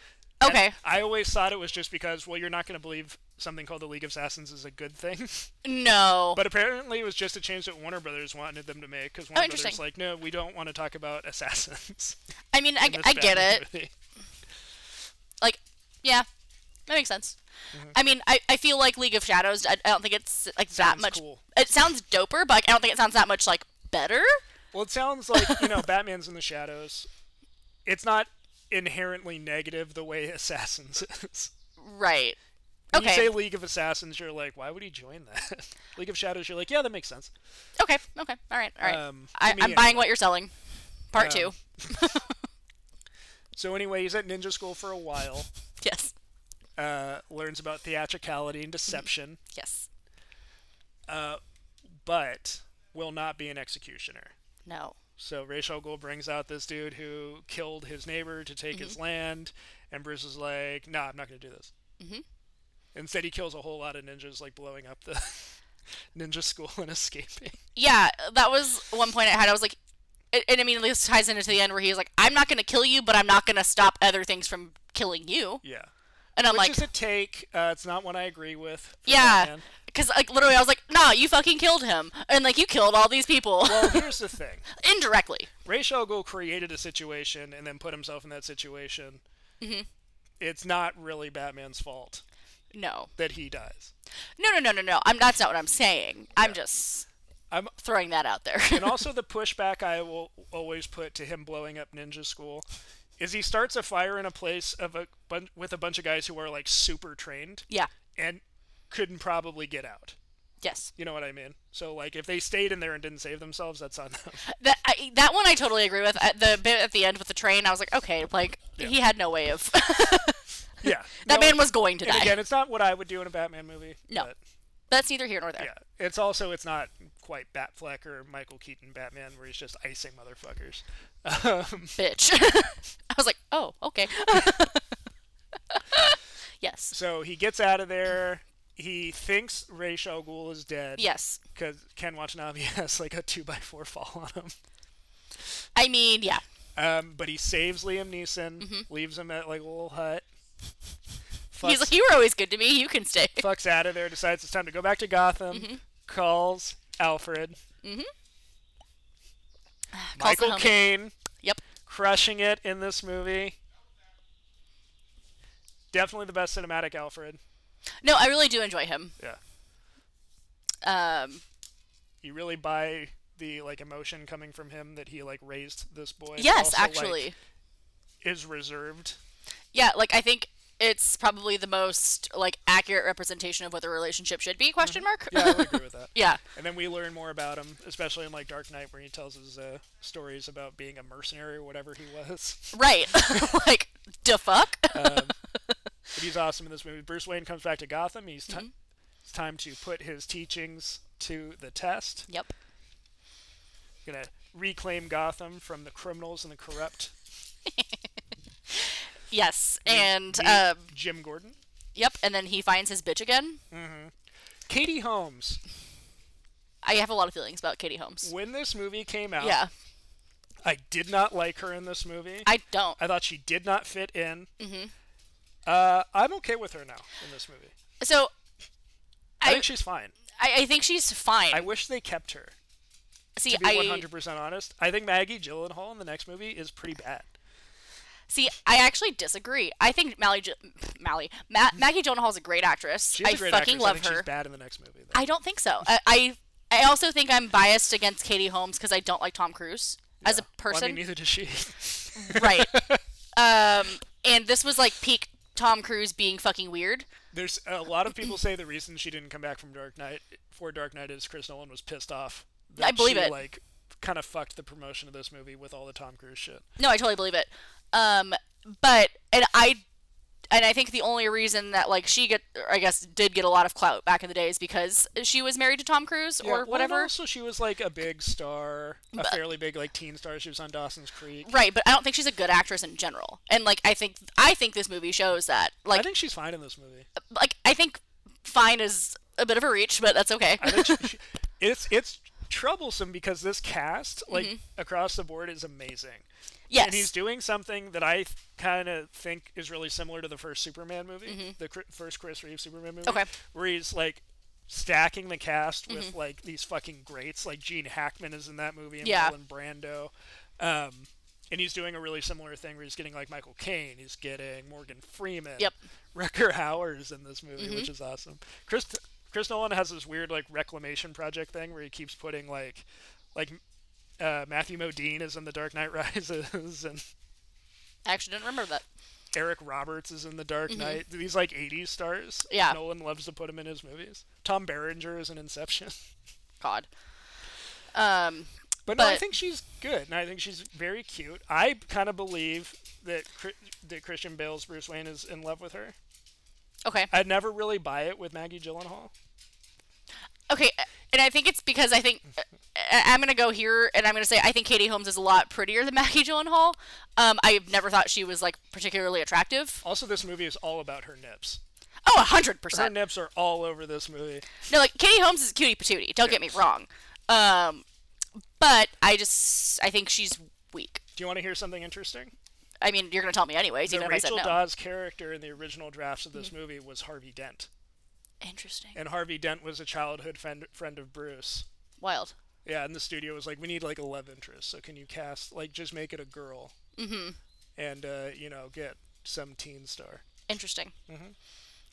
Speaker 1: And
Speaker 2: Okay.
Speaker 1: I always thought it was just because, well, you're not going to believe something called the League of Assassins is a good thing.
Speaker 2: No.
Speaker 1: But apparently it was just a change that Warner Brothers wanted them to make because Warner Brothers
Speaker 2: Oh, interesting.
Speaker 1: like, no, we don't want to talk about assassins.
Speaker 2: I mean, I,
Speaker 1: in this
Speaker 2: I get
Speaker 1: Batman
Speaker 2: it.
Speaker 1: movie.
Speaker 2: Like, yeah, that makes sense.
Speaker 1: Mm-hmm.
Speaker 2: I mean, I, I feel like League of Shadows. I, I don't think it's like that
Speaker 1: Sounds
Speaker 2: much.
Speaker 1: cool.
Speaker 2: It sounds doper, but like, I don't think it sounds that much like better.
Speaker 1: Well, it sounds like, you know, Batman's in the shadows. It's not inherently negative the way Assassins is.
Speaker 2: Right.
Speaker 1: When
Speaker 2: Okay.
Speaker 1: you say League of Assassins, you're like, why would he join that? League of Shadows, you're like, yeah, that makes sense.
Speaker 2: Okay. Okay. All right. All right.
Speaker 1: Um,
Speaker 2: I,
Speaker 1: to
Speaker 2: I'm
Speaker 1: me,
Speaker 2: buying
Speaker 1: anyway.
Speaker 2: what you're selling. Part two.
Speaker 1: Um, So anyway, he's at ninja school for a while,
Speaker 2: Yes.
Speaker 1: uh, learns about theatricality and deception,
Speaker 2: Yes.
Speaker 1: but will not be an executioner.
Speaker 2: No.
Speaker 1: So Rachel Gould brings out this dude who killed his neighbor to take his land, and Bruce is like, "No, I'm not going to do this." Mm-hmm. Instead, he kills a whole lot of ninjas, like blowing up the ninja school and escaping.
Speaker 2: Yeah, that was one point I had. I was like, and, and I mean, this ties into the end where he's like, "I'm not gonna kill you, but I'm not gonna stop other things from killing you."
Speaker 1: Yeah,
Speaker 2: And I'm
Speaker 1: which
Speaker 2: like,
Speaker 1: is a take. Uh, it's not one I agree with. for
Speaker 2: Yeah,
Speaker 1: Batman.
Speaker 2: because like literally, I was like, "Nah, you fucking killed him," and like you killed all these people
Speaker 1: Well, here's the thing.
Speaker 2: indirectly.
Speaker 1: Rachel Gould created a situation and then put himself in that situation. Mm-hmm. It's not really Batman's fault
Speaker 2: No,
Speaker 1: that he dies.
Speaker 2: no, no, no, no, no. I'm that's not what I'm saying. I'm just
Speaker 1: I'm
Speaker 2: throwing that out there.
Speaker 1: and also the pushback I will always put to him blowing up ninja school is he starts a fire in a place of a bun- with a bunch of guys who are like super trained
Speaker 2: yeah.
Speaker 1: and couldn't probably get out.
Speaker 2: Yes.
Speaker 1: You know what I mean? So like if they stayed in there and didn't save themselves, that's on them.
Speaker 2: That I, that one I totally agree with. At the bit at the end with the train, I was like, okay, like he had no way of.
Speaker 1: yeah. No,
Speaker 2: that man was going to
Speaker 1: and
Speaker 2: die.
Speaker 1: again, it's not what I would do in a Batman movie.
Speaker 2: No.
Speaker 1: but,
Speaker 2: that's neither here nor there.
Speaker 1: yeah. It's also it's not quite Batfleck or Michael Keaton Batman where he's just icing motherfuckers.
Speaker 2: Bitch. I was like, oh, okay. yes.
Speaker 1: So he gets out of there. He thinks Ray Ghul is dead.
Speaker 2: Yes.
Speaker 1: because Ken Watanabe has like a two by four fall on him.
Speaker 2: I mean, yeah.
Speaker 1: Um, but he saves Liam Neeson,
Speaker 2: Mm-hmm.
Speaker 1: leaves him at like a little hut. Fucks,
Speaker 2: He's like, you were always good to me. You can stay.
Speaker 1: fucks out of there, decides it's time to go back to Gotham,
Speaker 2: Mm-hmm.
Speaker 1: calls Alfred. Mm-hmm.
Speaker 2: Ah, Calls the
Speaker 1: Michael
Speaker 2: homie.
Speaker 1: Caine
Speaker 2: Yep.
Speaker 1: crushing it in this movie. Definitely the best cinematic Alfred.
Speaker 2: No, I really do enjoy him.
Speaker 1: Yeah.
Speaker 2: Um,
Speaker 1: You really buy the like emotion coming from him that he like raised this boy. but
Speaker 2: yes,
Speaker 1: also, like,
Speaker 2: actually.
Speaker 1: is reserved
Speaker 2: yeah, like I think it's probably the most like accurate representation of what the relationship should be? Question mark.
Speaker 1: Mm-hmm. yeah, I would agree with that.
Speaker 2: yeah.
Speaker 1: And then we learn more about him, especially in like Dark Knight, where he tells his uh, stories about being a mercenary or whatever he was.
Speaker 2: Right. like, the fuck.
Speaker 1: Uh,
Speaker 2: Mm-hmm.
Speaker 1: But he's awesome in this movie. Bruce Wayne comes back to Gotham. He's ti- it's time to put his teachings to the test.
Speaker 2: Yep.
Speaker 1: Gonna reclaim Gotham from the criminals and the corrupt.
Speaker 2: Yes. And um,
Speaker 1: Jim Gordon.
Speaker 2: yep. And then he finds his bitch again.
Speaker 1: Katie Holmes.
Speaker 2: I have a lot of feelings about Katie Holmes.
Speaker 1: When this movie came out,
Speaker 2: Yeah.
Speaker 1: I did not like her in this movie.
Speaker 2: I don't.
Speaker 1: I thought she did not fit in. Mm-hmm. Uh, I'm okay with her now in this movie.
Speaker 2: So
Speaker 1: I,
Speaker 2: I-
Speaker 1: think she's fine.
Speaker 2: I, I think she's fine.
Speaker 1: I wish they kept her.
Speaker 2: see,
Speaker 1: To be
Speaker 2: I
Speaker 1: 100% honest, I think Maggie Gyllenhaal in the next movie is pretty bad.
Speaker 2: see. I actually disagree. I think Mally, J- Mally, Ma- Maggie Gyllenhaal is a great actress.
Speaker 1: She's
Speaker 2: I
Speaker 1: a great
Speaker 2: fucking
Speaker 1: actress. I
Speaker 2: love
Speaker 1: think
Speaker 2: her.
Speaker 1: She's bad in the next movie. Though.
Speaker 2: I don't think so. I, I, I also think I'm biased against Katie Holmes because I don't like Tom Cruise as a
Speaker 1: Yeah. Well, I
Speaker 2: person.
Speaker 1: mean, neither does she.
Speaker 2: right. Um, and this was like peak Tom Cruise being fucking weird.
Speaker 1: There's a lot of people say the reason she didn't come back from Dark Knight for Dark Knight is Chris Nolan was pissed off. That
Speaker 2: I believe
Speaker 1: she,
Speaker 2: it.
Speaker 1: Like, kind of fucked the promotion of this movie with all the Tom Cruise shit.
Speaker 2: No, I totally believe it. Um, but and I, and I think the only reason that like she get, or I guess, did get a lot of clout back in the day is because she was married to Tom Cruise
Speaker 1: Yeah, well,
Speaker 2: or
Speaker 1: and
Speaker 2: whatever.
Speaker 1: also, she was like a big star, a fairly big like teen star. She was on Dawson's Creek.
Speaker 2: Right, but I don't think she's a good actress in general. And like I think I think this movie shows that. Like
Speaker 1: I think she's fine in this movie.
Speaker 2: like I think fine is a bit of a reach, but that's okay.
Speaker 1: I think she, she, it's it's troublesome because this cast, like across the board, is amazing.
Speaker 2: Mm-hmm. yes.
Speaker 1: And he's doing something that I kind of think is really similar to the first Superman movie, the cr- first Chris Reeve Superman movie,
Speaker 2: Mm-hmm. Okay. Mm-hmm.
Speaker 1: where he's like stacking the cast with like these fucking greats. Like Gene Hackman is in that movie, and
Speaker 2: Yeah.
Speaker 1: Marlon Brando. Um, and he's doing a really similar thing where he's getting like Michael Caine, he's getting Morgan Freeman.
Speaker 2: Yep. Mm-hmm.
Speaker 1: Rucker Hauer is in this movie, which is awesome. Chris Chris Nolan has this weird like reclamation project thing where he keeps putting like like uh, Matthew Modine is in The Dark Knight Rises and
Speaker 2: I actually didn't remember that.
Speaker 1: Eric Roberts is in The Dark Knight. These like 80s stars.
Speaker 2: Mm-hmm. Yeah.
Speaker 1: Nolan loves to put them in his movies. Tom Berenger is in Inception.
Speaker 2: God. Um,
Speaker 1: But, no, I
Speaker 2: But-
Speaker 1: think she's good, and I think she's very cute. I kind of believe that Chri- that Christian Bale's Bruce Wayne is in love with her.
Speaker 2: okay.
Speaker 1: I'd never really buy it with Maggie Gyllenhaal.
Speaker 2: Okay, and I think it's because I think uh, I- I'm gonna go here, and I'm gonna say I think Katie Holmes is a lot prettier than Maggie Gyllenhaal. Um, I've never thought she was like particularly attractive.
Speaker 1: Also, this movie is all about her nips.
Speaker 2: Oh, hundred
Speaker 1: Her
Speaker 2: percent.
Speaker 1: nips are all over this movie.
Speaker 2: No, like Katie Holmes is cutie patootie. Don't get me wrong. Um, but I just I think she's weak.
Speaker 1: Do you want to hear something interesting?
Speaker 2: I mean, you're gonna tell me anyways,
Speaker 1: The
Speaker 2: even if I
Speaker 1: Rachel
Speaker 2: said no. Mm-hmm.
Speaker 1: Dawes character in the original drafts of this movie was Harvey Dent,
Speaker 2: Interesting.
Speaker 1: and Harvey Dent was a childhood friend friend of Bruce.
Speaker 2: Wild.
Speaker 1: Yeah, and the studio was like, we need like a love interest. So can you cast like just make it a girl? Mm-hmm. And uh, you know, get some teen star.
Speaker 2: Interesting.
Speaker 1: Mm-hmm.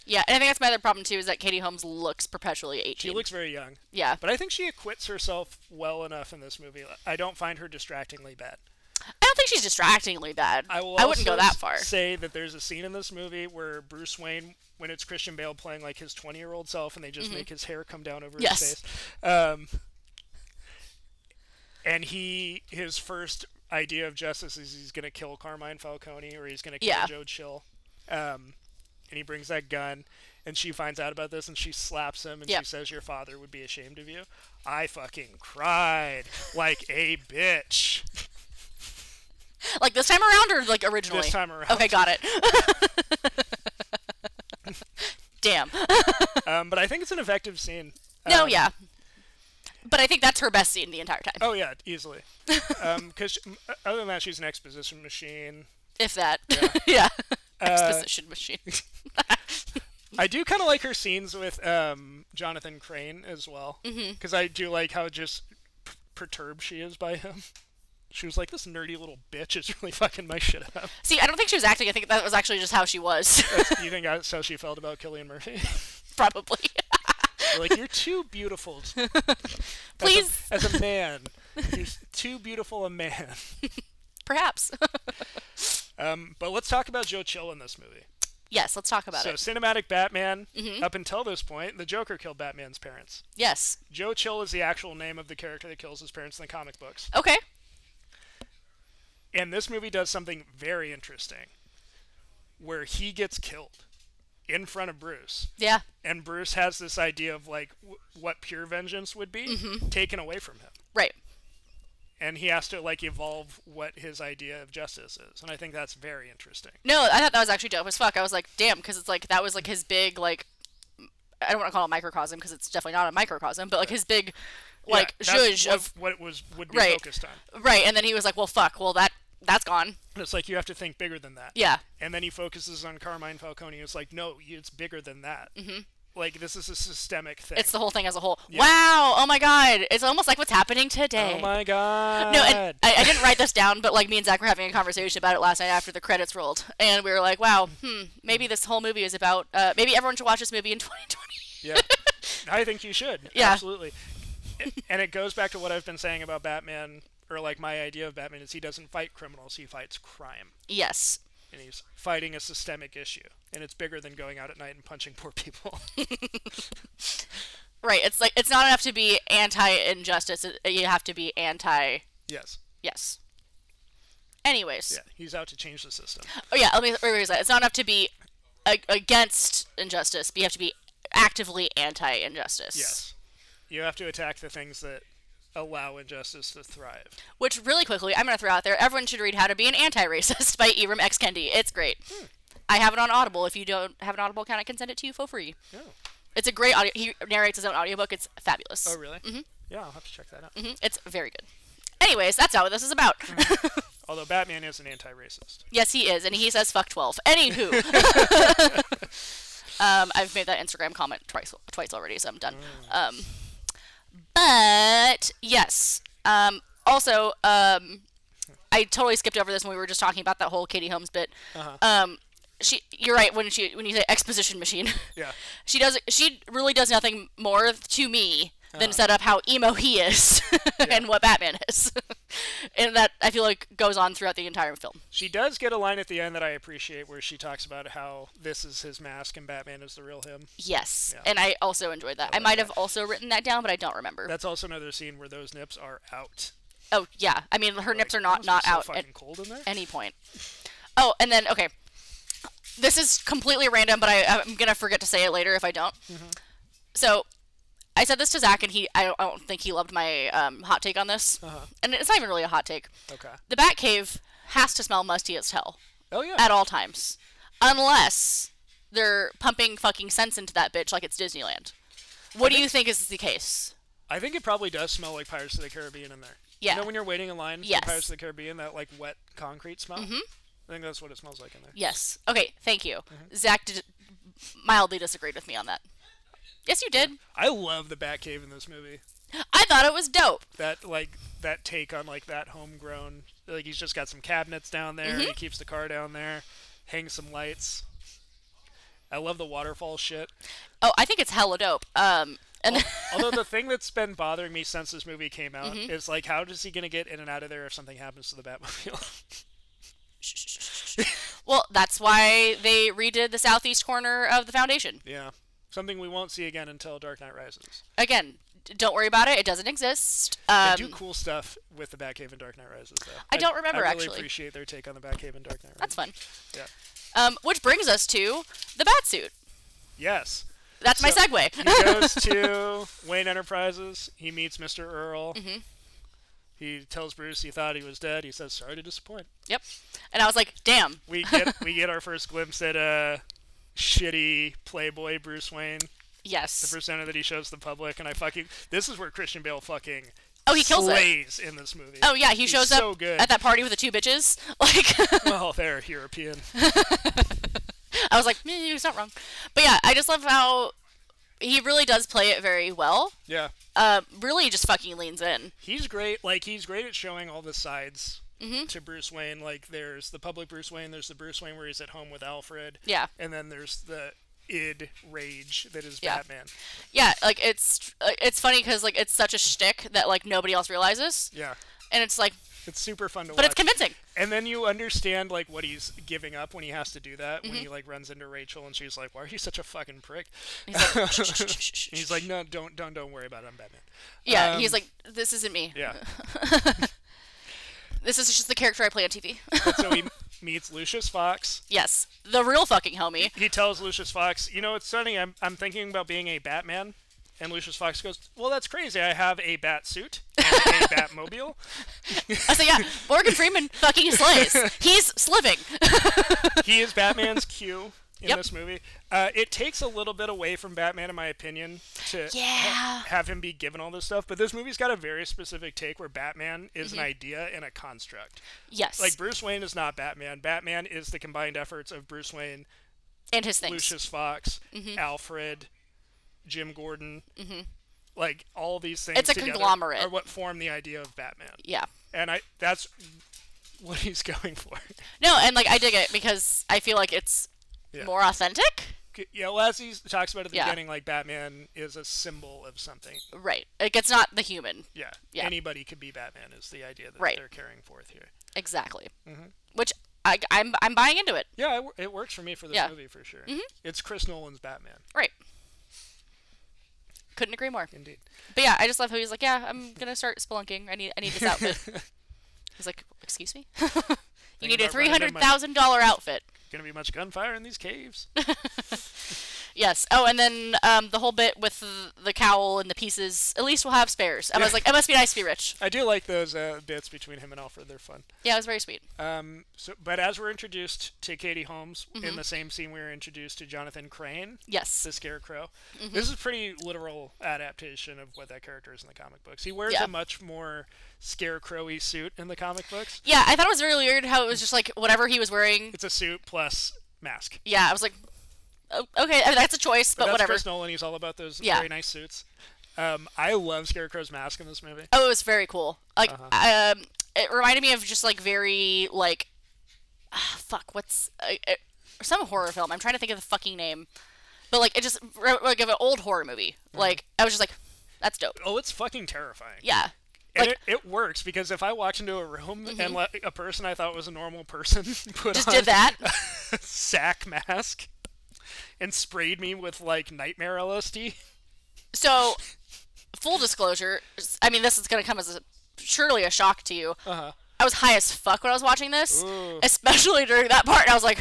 Speaker 2: Yeah, and I think that's my other problem too is that Katie Holmes looks perpetually
Speaker 1: She
Speaker 2: 18.
Speaker 1: looks very young,
Speaker 2: yeah.
Speaker 1: but I think she acquits herself well enough in this movie. I don't find her distractingly bad.
Speaker 2: I don't think she's distractingly bad.
Speaker 1: I will.
Speaker 2: wouldn't go
Speaker 1: also
Speaker 2: that far.
Speaker 1: Say that there's a scene in this movie where Bruce Wayne, when it's Christian Bale playing like his 20 year old self, and they just make his hair come down over his
Speaker 2: Mm-hmm. Yes.
Speaker 1: face. Um, and he, his first idea of justice is he's going to kill Carmine Falcone or he's going to kill
Speaker 2: Yeah.
Speaker 1: Joe Chill. Um, and he brings that gun, and she finds out about this, and she slaps him, and she
Speaker 2: Yep.
Speaker 1: says, "Your father would be ashamed of you." I fucking cried like a bitch.
Speaker 2: Like this time around or like originally?
Speaker 1: This time around.
Speaker 2: Okay, got it. Damn.
Speaker 1: Um, but I think it's an effective scene.
Speaker 2: No,
Speaker 1: Um,
Speaker 2: yeah. But I think that's her best scene the entire time.
Speaker 1: Oh yeah, easily. Um, Because uh, other than that, she's an exposition machine.
Speaker 2: If that. Yeah.
Speaker 1: Uh,
Speaker 2: Exposition machine.
Speaker 1: I do kind of like her scenes with um, Jonathan Crane as well, because I do like how just p- perturbed she is by him. She was like, "This nerdy little bitch is really fucking my shit up."
Speaker 2: See, I don't think she was acting. I think that was actually just how she was.
Speaker 1: you think that's how she felt about Killian Murphy?
Speaker 2: Probably.
Speaker 1: like, you're too beautiful. t-
Speaker 2: Please,
Speaker 1: As a man, you're s- too beautiful a man.
Speaker 2: perhaps.
Speaker 1: Um, but let's talk about Joe Chill in this movie.
Speaker 2: yes, let's talk about
Speaker 1: So,
Speaker 2: it. Mm-hmm.
Speaker 1: cinematic Batman, up until this point, the Joker killed Batman's parents.
Speaker 2: Yes.
Speaker 1: Joe Chill is the actual name of the character that kills his parents in the comic books.
Speaker 2: Okay.
Speaker 1: And this movie does something very interesting where he gets killed. in front of Bruce.
Speaker 2: Yeah.
Speaker 1: And Bruce has this idea of like w- what pure vengeance would be
Speaker 2: Mm-hmm.
Speaker 1: taken away from him.
Speaker 2: Right.
Speaker 1: And he has to like evolve what his idea of justice is. And I think that's very interesting.
Speaker 2: No, I thought that was actually dope as fuck. I was like, damn, because it's like that was like his big like. I don't want to call it microcosm because it's definitely not a microcosm, but like his big, like
Speaker 1: yeah, that's
Speaker 2: zhuzh
Speaker 1: what,
Speaker 2: of
Speaker 1: what it was would be
Speaker 2: Right.
Speaker 1: focused on.
Speaker 2: right, and then he was like, well, fuck, well that that's gone.
Speaker 1: And it's like you have to think bigger than that.
Speaker 2: Yeah,
Speaker 1: And then he focuses on Carmine Falcone. It's like, no, it's bigger than that. Mm-hmm. Like this is a systemic thing.
Speaker 2: it's the whole thing as a whole. Wow, oh my god, it's almost like what's happening today.
Speaker 1: oh my god.
Speaker 2: No, and I, I didn't write this down, but like me and Zach were having a conversation about it last night after the credits rolled, and we were like, "Wow, hmm, maybe this whole movie is about. Uh, maybe everyone should watch this movie in 2020."
Speaker 1: yeah, I think you should.
Speaker 2: Yeah.
Speaker 1: absolutely. It- and it goes back to what I've been saying about Batman, or like my idea of Batman is he doesn't fight criminals, he fights crime,
Speaker 2: Yes,
Speaker 1: and he's fighting a systemic issue, and it's bigger than going out at night and punching poor people.
Speaker 2: right. It's like it's not enough to be anti-injustice. it- You have to be anti.
Speaker 1: yes.
Speaker 2: Yes. Anyways,
Speaker 1: Yeah, he's out to change the system.
Speaker 2: oh yeah, let me rephrase that. It's not enough to be a- against injustice, but you have to be actively anti-injustice.
Speaker 1: Yes. You have to attack the things that allow injustice to thrive.
Speaker 2: Which, really quickly, I'm going to throw out there everyone should read How to Be an Anti Racist by Ibram X. Kendi. It's great.
Speaker 1: Hmm.
Speaker 2: I have it on Audible. If you don't have an Audible account, I can send it to you for free.
Speaker 1: Yeah.
Speaker 2: It's a great audio. He narrates his own audiobook. It's fabulous.
Speaker 1: Oh, really? Mm-hmm. Yeah, I'll have to check that out.
Speaker 2: Mhm. It's very good. Anyways, that's not what this is about.
Speaker 1: Although Batman is an anti-racist.
Speaker 2: yes, he is, and he says fuck 12. Anywho. um, I've made that Instagram comment twice, twice already, so I'm done. Um, but, yes. Um, also, um, I totally skipped over this when we were just talking about that whole Katie Holmes bit. Um, she, you're right when she when you say exposition machine.
Speaker 1: Yeah.
Speaker 2: she does. She really does nothing more to me than set up how emo he is and what Batman is, and that I feel like goes on throughout the entire film.
Speaker 1: She does get a line at the end that I appreciate where she talks about how this is his mask and Batman is the real him.
Speaker 2: Yes, and I also enjoyed that. I, might have also written that down, but I don't remember.
Speaker 1: That's also another scene where those nips are out.
Speaker 2: oh yeah, I mean her nips
Speaker 1: Like,
Speaker 2: are not
Speaker 1: it must be
Speaker 2: not
Speaker 1: so
Speaker 2: out at
Speaker 1: fucking cold in there.
Speaker 2: any point. Oh, and then okay, this is completely random, but I I'm gonna forget to say it later if I don't.
Speaker 1: Mm-hmm.
Speaker 2: So, I said this to Zach, and he I don't, I don't think he loved my um, hot take on this,
Speaker 1: Uh-huh.
Speaker 2: and it's not even really a hot take.
Speaker 1: okay.
Speaker 2: The Batcave has to smell musty as hell
Speaker 1: Oh yeah.
Speaker 2: at all times, unless they're pumping fucking sense into that bitch like it's Disneyland. What do you think is the case?
Speaker 1: I think it probably does smell like Pirates of the Caribbean in there.
Speaker 2: Yeah.
Speaker 1: You know when you're waiting in line
Speaker 2: Yes.
Speaker 1: for Pirates of the Caribbean, that like wet concrete smell. Mm-hmm. I think that's what it smells like in there.
Speaker 2: Yes. Okay. Thank you.
Speaker 1: Mm-hmm.
Speaker 2: Zach did, mildly disagreed with me on that. Yes, you did.
Speaker 1: I love the Batcave in this movie.
Speaker 2: I thought it was dope.
Speaker 1: That like that take on like that homegrown. Like he's just got some cabinets down there.
Speaker 2: Mm-hmm.
Speaker 1: He keeps the car down there, hangs some lights. I love the waterfall shit.
Speaker 2: Oh, I think it's hella dope. Um, and then,
Speaker 1: Although the thing that's been bothering me since this movie came out
Speaker 2: Mm-hmm.
Speaker 1: is like, how does he gonna get in and out of there if something happens to the Batmobile? Oh.
Speaker 2: well, that's why they redid the southeast corner of the foundation.
Speaker 1: yeah, something we won't see again until Dark Knight Rises.
Speaker 2: Again, d- don't worry about it. It doesn't exist.
Speaker 1: They
Speaker 2: Um,
Speaker 1: do cool stuff with the Batcave and Dark Knight Rises, though.
Speaker 2: I don't remember,
Speaker 1: I really
Speaker 2: actually.
Speaker 1: appreciate their take on the Batcave and Dark Knight Rises.
Speaker 2: that's fun.
Speaker 1: Yeah.
Speaker 2: Um, which brings us to the bat suit.
Speaker 1: Yes.
Speaker 2: That's my
Speaker 1: So-
Speaker 2: segue.
Speaker 1: He goes to Wayne Enterprises. He meets Mr. Earl.
Speaker 2: Mm-hmm.
Speaker 1: He tells Bruce he thought he was dead. He says, "Sorry to disappoint."
Speaker 2: yep. And I was like, damn.
Speaker 1: We get we get our first glimpse at uh, shitty Playboy Bruce Wayne.
Speaker 2: Yes.
Speaker 1: persona that he shows the public, and I fucking this is where Christian Bale fucking
Speaker 2: Oh, he kills it.
Speaker 1: slays in this movie.
Speaker 2: Oh yeah, he
Speaker 1: He's
Speaker 2: shows
Speaker 1: so
Speaker 2: up
Speaker 1: good.
Speaker 2: at that party with the two bitches. Like.
Speaker 1: well, they're European.
Speaker 2: I was like, "Mm, he's not wrong. But yeah, I just love how he really does play it very well.
Speaker 1: Yeah,
Speaker 2: Uh, really just fucking leans in.
Speaker 1: he's great. Like he's great at showing all the sides
Speaker 2: Mm-hmm.
Speaker 1: to Bruce Wayne. Like there's the public Bruce Wayne. There's the Bruce Wayne where he's at home with Alfred.
Speaker 2: Yeah.
Speaker 1: and then there's the id rage that is
Speaker 2: Yeah.
Speaker 1: Batman.
Speaker 2: Yeah, like it's uh, it's funny because like it's such a shtick that like nobody else realizes,
Speaker 1: Yeah,
Speaker 2: and it's like,
Speaker 1: it's super fun to
Speaker 2: but
Speaker 1: watch.
Speaker 2: it's convincing.
Speaker 1: and then you understand like what he's giving up when he has to do that. When he
Speaker 2: Mm-hmm.
Speaker 1: like runs into Rachel and she's like, "Why are you such a fucking prick?"
Speaker 2: He's like, "Shh, shh, shh, shh, shh,
Speaker 1: And he's
Speaker 2: shh."
Speaker 1: like, um, "No, don't, don't, don't worry about it. I'm Batman."
Speaker 2: yeah,
Speaker 1: um,
Speaker 2: he's like, this isn't me.
Speaker 1: Yeah.
Speaker 2: This is just the character I play on TV.
Speaker 1: so he meets Lucius Fox.
Speaker 2: yes, the real fucking homie.
Speaker 1: He tells Lucius Fox, "You know, it's sunny. I'm I'm thinking about being a Batman." And Lucius Fox goes, "Well, that's crazy. I have a bat suit and a Batmobile."
Speaker 2: I say, yeah, Morgan Freeman fucking slays. He's sliving.
Speaker 1: He is Batman's Q in
Speaker 2: Yep.
Speaker 1: this movie. Uh, it takes a little bit away from Batman, in my opinion, to
Speaker 2: Yeah.
Speaker 1: have him be given all this stuff. But this movie's got a very specific take where Batman is
Speaker 2: Mm-hmm.
Speaker 1: an idea and a construct.
Speaker 2: Yes.
Speaker 1: Like Bruce Wayne is not Batman. Batman is the combined efforts of Bruce Wayne,
Speaker 2: and his things.
Speaker 1: Lucius Fox,
Speaker 2: Mm-hmm.
Speaker 1: Alfred, Jim Gordon. Mm-hmm. Like all these things.
Speaker 2: It's a
Speaker 1: together
Speaker 2: conglomerate.
Speaker 1: Are what form the idea of Batman.
Speaker 2: Yeah.
Speaker 1: And I that's what he's going for.
Speaker 2: No, and like I dig it because I feel like it's
Speaker 1: Yeah.
Speaker 2: more authentic.
Speaker 1: Yeah, well, as he talks about at the
Speaker 2: Yeah.
Speaker 1: beginning, like Batman is a symbol of something.
Speaker 2: Right. Like it's not the human.
Speaker 1: Yeah.
Speaker 2: Yeah.
Speaker 1: Anybody could be Batman is the idea that
Speaker 2: Right.
Speaker 1: they're carrying forth here.
Speaker 2: Exactly.
Speaker 1: Mm-hmm.
Speaker 2: Which I, I'm I'm buying into it.
Speaker 1: Yeah, it, wor- it works for me for this
Speaker 2: Yeah. Mm-hmm.
Speaker 1: movie for sure. It's Chris Nolan's Batman,
Speaker 2: Right. Couldn't agree more.
Speaker 1: indeed.
Speaker 2: But yeah, I just love how he's like, yeah, I'm gonna start spelunking. I need I need this outfit. he's like, excuse me. you need
Speaker 1: about
Speaker 2: a
Speaker 1: running
Speaker 2: three
Speaker 1: into
Speaker 2: hundred
Speaker 1: my-
Speaker 2: thousand dollar outfit.
Speaker 1: Gonna be much gunfire in these caves.
Speaker 2: Yes. Oh, and then um, the whole bit with the, the cowl and the pieces. At least we'll have spares. And I was like, it must be nice to be rich.
Speaker 1: I do like those uh, bits between him and Alfred. They're fun.
Speaker 2: Yeah, it was very sweet.
Speaker 1: Um, so, but as we're introduced to Katie Holmes
Speaker 2: Mm-hmm.
Speaker 1: in the same scene, we were introduced to Jonathan Crane,
Speaker 2: Yes.
Speaker 1: the Scarecrow.
Speaker 2: Mm-hmm.
Speaker 1: This is a pretty literal adaptation of what that character is in the comic books. He wears
Speaker 2: Yeah.
Speaker 1: a much more Scarecrowy suit in the comic books.
Speaker 2: Yeah, I thought it was really weird how it was just like whatever he was wearing.
Speaker 1: It's a suit plus mask.
Speaker 2: Yeah, I was like, "Oh, okay, I mean, that's a choice, but
Speaker 1: That's
Speaker 2: whatever.
Speaker 1: Chris Nolan. He's all about those
Speaker 2: Yeah.
Speaker 1: very nice suits. Um, I love Scarecrow's mask in this movie.
Speaker 2: Oh, it was very cool. Like,
Speaker 1: Uh-huh.
Speaker 2: um, it reminded me of just like very like, ah, fuck, what's uh, uh, some horror film? I'm trying to think of the fucking name, but like it just re- like of an old horror movie.
Speaker 1: Mm-hmm.
Speaker 2: Like I was just like, that's dope.
Speaker 1: Oh, it's fucking terrifying.
Speaker 2: Yeah,
Speaker 1: and
Speaker 2: like- Mm-hmm.
Speaker 1: it, it works because if I walked into a room and let a person I thought was a normal person put
Speaker 2: just
Speaker 1: on
Speaker 2: did that.
Speaker 1: a sack mask and sprayed me with like nightmare LSD,
Speaker 2: So, full disclosure, s- I mean, this is going to come as a, surely a shock to you. Uh-huh. I was high as fuck when I was watching this, especially during that part. And I was like,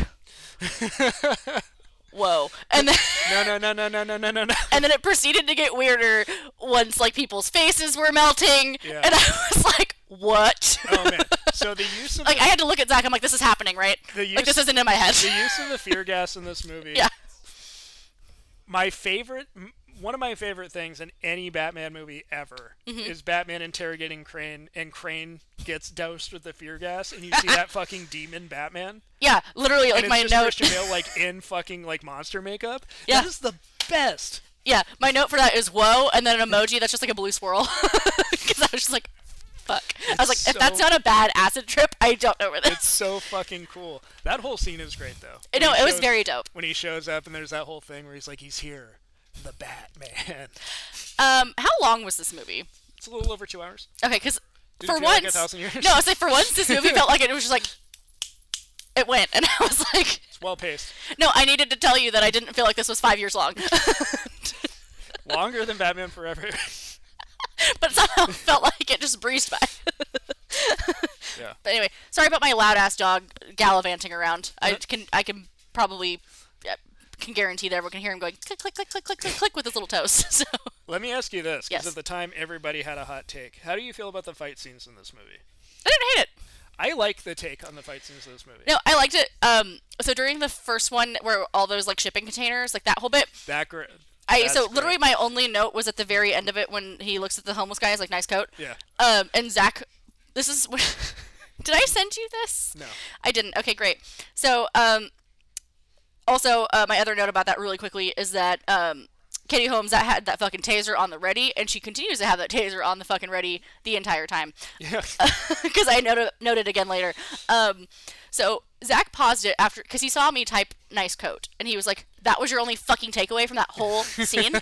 Speaker 2: whoa. And then,
Speaker 1: no, no, no, no, no, no, no, no, no.
Speaker 2: and then it proceeded to get weirder once, like, people's faces were melting.
Speaker 1: Yeah.
Speaker 2: And I was like, what?
Speaker 1: Oh man! So the use of
Speaker 2: like, I had to look at Zach. I'm like, this is happening, right?
Speaker 1: The
Speaker 2: like, this
Speaker 1: use-
Speaker 2: isn't in my head.
Speaker 1: the use of the fear gas in this movie.
Speaker 2: yeah.
Speaker 1: my favorite m- one of my favorite things in any Batman movie ever
Speaker 2: Mm-hmm.
Speaker 1: is Batman interrogating Crane and Crane gets doused with the fear gas and you see that fucking demon Batman
Speaker 2: Yeah. Literally,
Speaker 1: and
Speaker 2: like,
Speaker 1: it's
Speaker 2: my
Speaker 1: just
Speaker 2: note.
Speaker 1: Christian Bale like in fucking like monster makeup.
Speaker 2: Yeah.
Speaker 1: That is the best.
Speaker 2: Yeah, my note for that is whoa, and then an emoji that's just like a blue swirl. Because I was just like, fuck. I was like,
Speaker 1: so-
Speaker 2: if that's not a bad acid trip, I don't know where
Speaker 1: It's
Speaker 2: this.
Speaker 1: so fucking cool. That whole scene is great though. When
Speaker 2: No,
Speaker 1: he
Speaker 2: it was
Speaker 1: shows-
Speaker 2: very dope.
Speaker 1: when he shows up and there's that whole thing where he's like he's here, the Batman.
Speaker 2: Um, how long was this movie?
Speaker 1: It's a little over 2 hours.
Speaker 2: Okay, because
Speaker 1: Did it
Speaker 2: for
Speaker 1: feel like a
Speaker 2: once,
Speaker 1: thousand years?
Speaker 2: no, I was like for once this movie felt like it was just like it went, and I was like,
Speaker 1: It's well paced.
Speaker 2: no, I needed to tell you that I didn't feel like this was five years long,
Speaker 1: Longer than Batman Forever.
Speaker 2: but somehow it felt like it just breezed by.
Speaker 1: yeah.
Speaker 2: But anyway, sorry about my loud ass dog gallivanting around. I can I can probably uh, can guarantee that everyone can hear him going click click click click click click click with his little toes. So
Speaker 1: Let me ask you this, because
Speaker 2: Yes.
Speaker 1: at the time everybody had a hot take. How do you feel about the fight scenes in this movie?
Speaker 2: I didn't hate it.
Speaker 1: I like the take on the fight scenes in this movie.
Speaker 2: No, I liked it. Um, so during the first one where all those like shipping containers, like that whole bit,
Speaker 1: That gr-
Speaker 2: I
Speaker 1: that's
Speaker 2: so literally
Speaker 1: great.
Speaker 2: my only note was at the very end of it when he looks at the homeless guy, he's like nice coat.
Speaker 1: Yeah.
Speaker 2: Um, and Zach, this is did I send you this?
Speaker 1: No.
Speaker 2: I didn't. Okay, great. So, um, also, uh, my other note about that really quickly is that um, Katie Holmes that had that fucking taser on the ready, and she continues to have that taser on the fucking ready the entire time.
Speaker 1: Yeah.
Speaker 2: Because I noted noted again later. Um, so Zach paused it after because he saw me type "nice coat," and he was like, "That was your only fucking takeaway from that whole scene."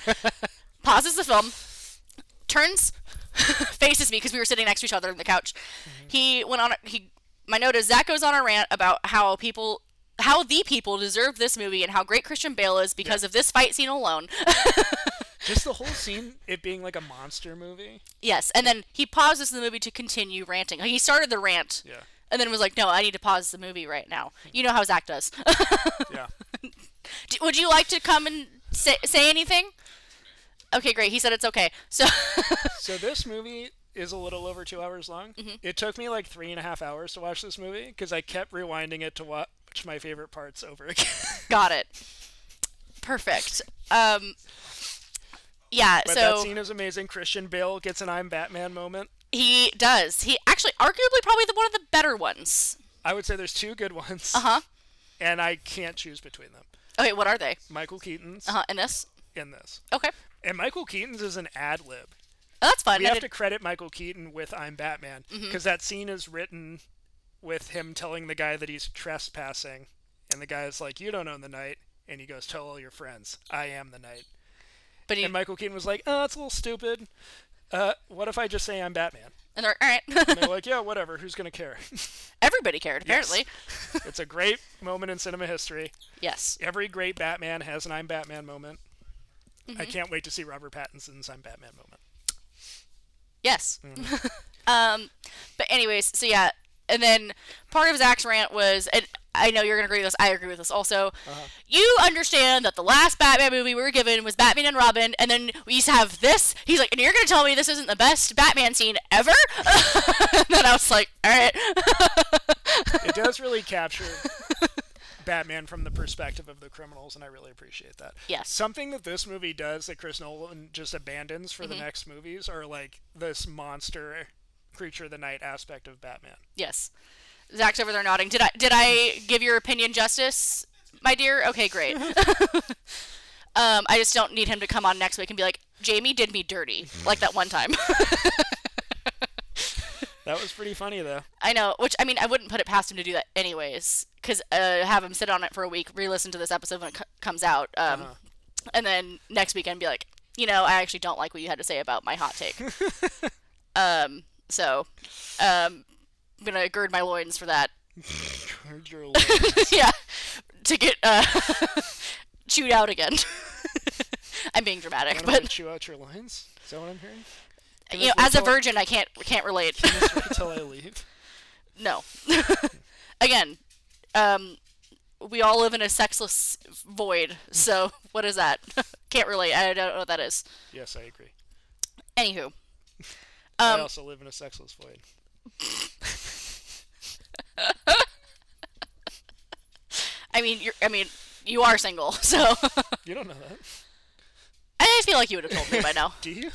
Speaker 2: Pauses the film, turns, faces me because we were sitting next to each other on the couch. He went on. He my note is Zach goes on a rant about how people, how the people deserve this movie and how great Christian Bale is because of this fight scene alone.
Speaker 1: Just the whole scene, it being like a monster movie.
Speaker 2: Yes, and then he pauses the movie to continue ranting. Like he started the rant,
Speaker 1: Yeah.
Speaker 2: and then was like, "No, I need to pause the movie right now." You know how Zach does.
Speaker 1: Yeah.
Speaker 2: D- Would you like to come and say, say anything? Okay, great. He said it's okay. So
Speaker 1: So this movie is a little over two hours long. It took me like three and a half hours to watch this movie because I kept rewinding it to watch my favorite parts over again.
Speaker 2: got it. Perfect. Um, yeah.
Speaker 1: but
Speaker 2: so
Speaker 1: that scene is amazing. Christian Bale gets an "I'm Batman" moment.
Speaker 2: He does. He actually, arguably, probably the one of the better ones.
Speaker 1: I would say there's two good ones,
Speaker 2: Uh huh.
Speaker 1: and I can't choose between them.
Speaker 2: Okay, what are they?
Speaker 1: Michael Keaton's
Speaker 2: Uh huh. And this.
Speaker 1: in this,
Speaker 2: Okay,
Speaker 1: and Michael Keaton's is an ad lib.
Speaker 2: oh, that's fun.
Speaker 1: We
Speaker 2: I
Speaker 1: have to
Speaker 2: did-
Speaker 1: credit Michael Keaton with "I'm Batman" because that scene is written with him telling the guy that he's trespassing, and the guy is like, "You don't own the night," and he goes, "Tell all your friends, I am the night."
Speaker 2: but he,
Speaker 1: And
Speaker 2: and,
Speaker 1: Michael Keaton was like, "Oh, that's a little stupid. Uh, what if I just say I'm Batman?"
Speaker 2: they're like, all right.
Speaker 1: And they're like, "Yeah, whatever. Who's gonna care?"
Speaker 2: Everybody cared apparently.
Speaker 1: it's a great moment in cinema history.
Speaker 2: Yes.
Speaker 1: Every great Batman has an "I'm Batman" moment. I can't wait to see Robert Pattinson's "I'm Batman" moment.
Speaker 2: Yes. um, but anyways, so yeah, and then part of Zach's rant was, and I know you're gonna agree with this. I agree with this also. You understand that the last Batman movie we were given was Batman and Robin, and then we used to have this. He's like, and you're gonna tell me this isn't the best Batman scene ever? and then I was like, all right.
Speaker 1: It does really capture Batman from the perspective of the criminals, and I really appreciate that.
Speaker 2: Yes.
Speaker 1: Something that this movie does that Chris Nolan just abandons for the next movies are like this monster creature of the night aspect of Batman.
Speaker 2: Yes. Zach's over there nodding. Did I did I give your opinion justice, my dear? Okay, great. um, I just don't need him to come on next week and be like, Jamie did me dirty, like that one time.
Speaker 1: That was pretty funny though.
Speaker 2: I know. Which I mean, I wouldn't put it past him to do that anyways, because uh, have him sit on it for a week, re-listen to this episode when it c- comes out, um, and then next weekend be like, you know, I actually don't like what you had to say about my hot take. um, so, um, I'm gonna gird my loins for that.
Speaker 1: Heard your
Speaker 2: yeah, to get uh, chewed out again. I'm being dramatic,
Speaker 1: Wanna
Speaker 2: but
Speaker 1: chew out your lines? Is that what I'm hearing?
Speaker 2: you know, as a
Speaker 1: virgin,
Speaker 2: virgin, I can't can't relate.
Speaker 1: until I leave.
Speaker 2: No, again, um, we all live in a sexless void. So what is that? can't relate. I don't know what that is.
Speaker 1: Yes, I agree.
Speaker 2: Anywho, um,
Speaker 1: I also live in a sexless void.
Speaker 2: I mean, you're, I mean, you are single, so
Speaker 1: You don't know that,
Speaker 2: I just feel like you would have told me by now.
Speaker 1: do you?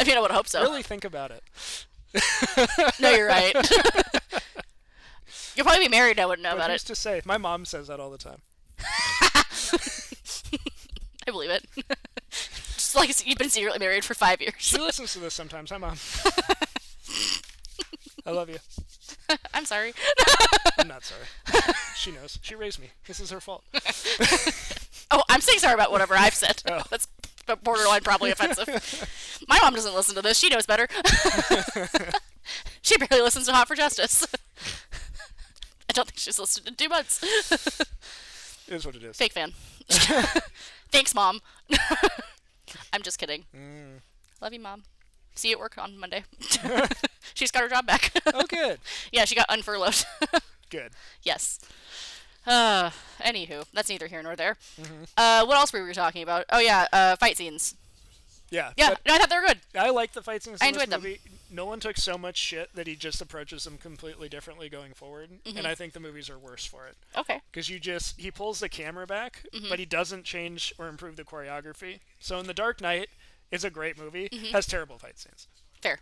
Speaker 2: I mean, I would hope so.
Speaker 1: Really think about it.
Speaker 2: No, you're right. You'll probably be married. I wouldn't know
Speaker 1: But
Speaker 2: about
Speaker 1: who's
Speaker 2: it.
Speaker 1: to say? My mom says that all the time.
Speaker 2: I believe it. Just like you've been secretly married for five years.
Speaker 1: She listens to this sometimes. Hi, mom. I love you.
Speaker 2: I'm sorry.
Speaker 1: I'm not sorry. She knows. She raised me. This is her fault.
Speaker 2: Oh, I'm saying sorry about whatever I've said. That's b- borderline probably offensive. My mom doesn't listen to this. She knows better. she barely listens to Hot for Justice. I don't think she's listened in two months.
Speaker 1: It is what it is.
Speaker 2: Fake fan. Thanks, mom. I'm just kidding. Love you, mom. See you at work on Monday. she's got her job back.
Speaker 1: Oh, good.
Speaker 2: yeah, she got unfurloughed.
Speaker 1: Good.
Speaker 2: Yes. Uh, anywho, that's neither here nor there. Uh, what else were we talking about? Oh yeah, uh, fight scenes.
Speaker 1: Yeah.
Speaker 2: Yeah,
Speaker 1: but
Speaker 2: no, I thought they were good.
Speaker 1: I like the fight scenes.
Speaker 2: I
Speaker 1: in this
Speaker 2: enjoyed them.
Speaker 1: movie. Nolan took so much shit that he just approaches them completely differently going forward,
Speaker 2: Mm-hmm.
Speaker 1: and I think the movies are worse for it.
Speaker 2: Okay.
Speaker 1: because you just he pulls the camera back,
Speaker 2: Mm-hmm.
Speaker 1: but he doesn't change or improve the choreography. So in The Dark Knight is a great movie,
Speaker 2: Mm-hmm.
Speaker 1: has terrible fight scenes.
Speaker 2: Fair.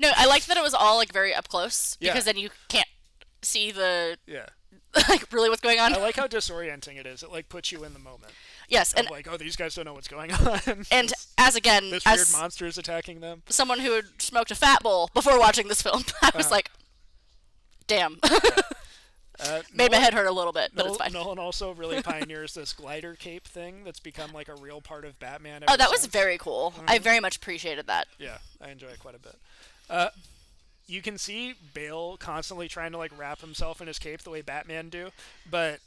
Speaker 2: No, I liked that it was all like very up close
Speaker 1: Yeah.
Speaker 2: because then you can't see the
Speaker 1: Yeah,
Speaker 2: like really what's going on.
Speaker 1: I like how disorienting it is. It like puts you in the moment.
Speaker 2: yes, and
Speaker 1: Of like, oh, these guys don't know what's going on.
Speaker 2: and as again
Speaker 1: this weird
Speaker 2: as
Speaker 1: monster is attacking them.
Speaker 2: someone who had smoked a fat bowl before watching this film, I
Speaker 1: Uh-huh.
Speaker 2: was like, damn,
Speaker 1: Uh,
Speaker 2: made my head hurt a little bit, but
Speaker 1: Nolan,
Speaker 2: it's fine.
Speaker 1: Nolan also really pioneers this glider cape thing that's become like a real part of Batman.
Speaker 2: Oh,
Speaker 1: ever
Speaker 2: that was
Speaker 1: since.
Speaker 2: very cool. I
Speaker 1: Mm-hmm.
Speaker 2: very much appreciated that.
Speaker 1: Yeah, I enjoy it quite a bit. Uh, you can see Bale constantly trying to like wrap himself in his cape the way Batman do, but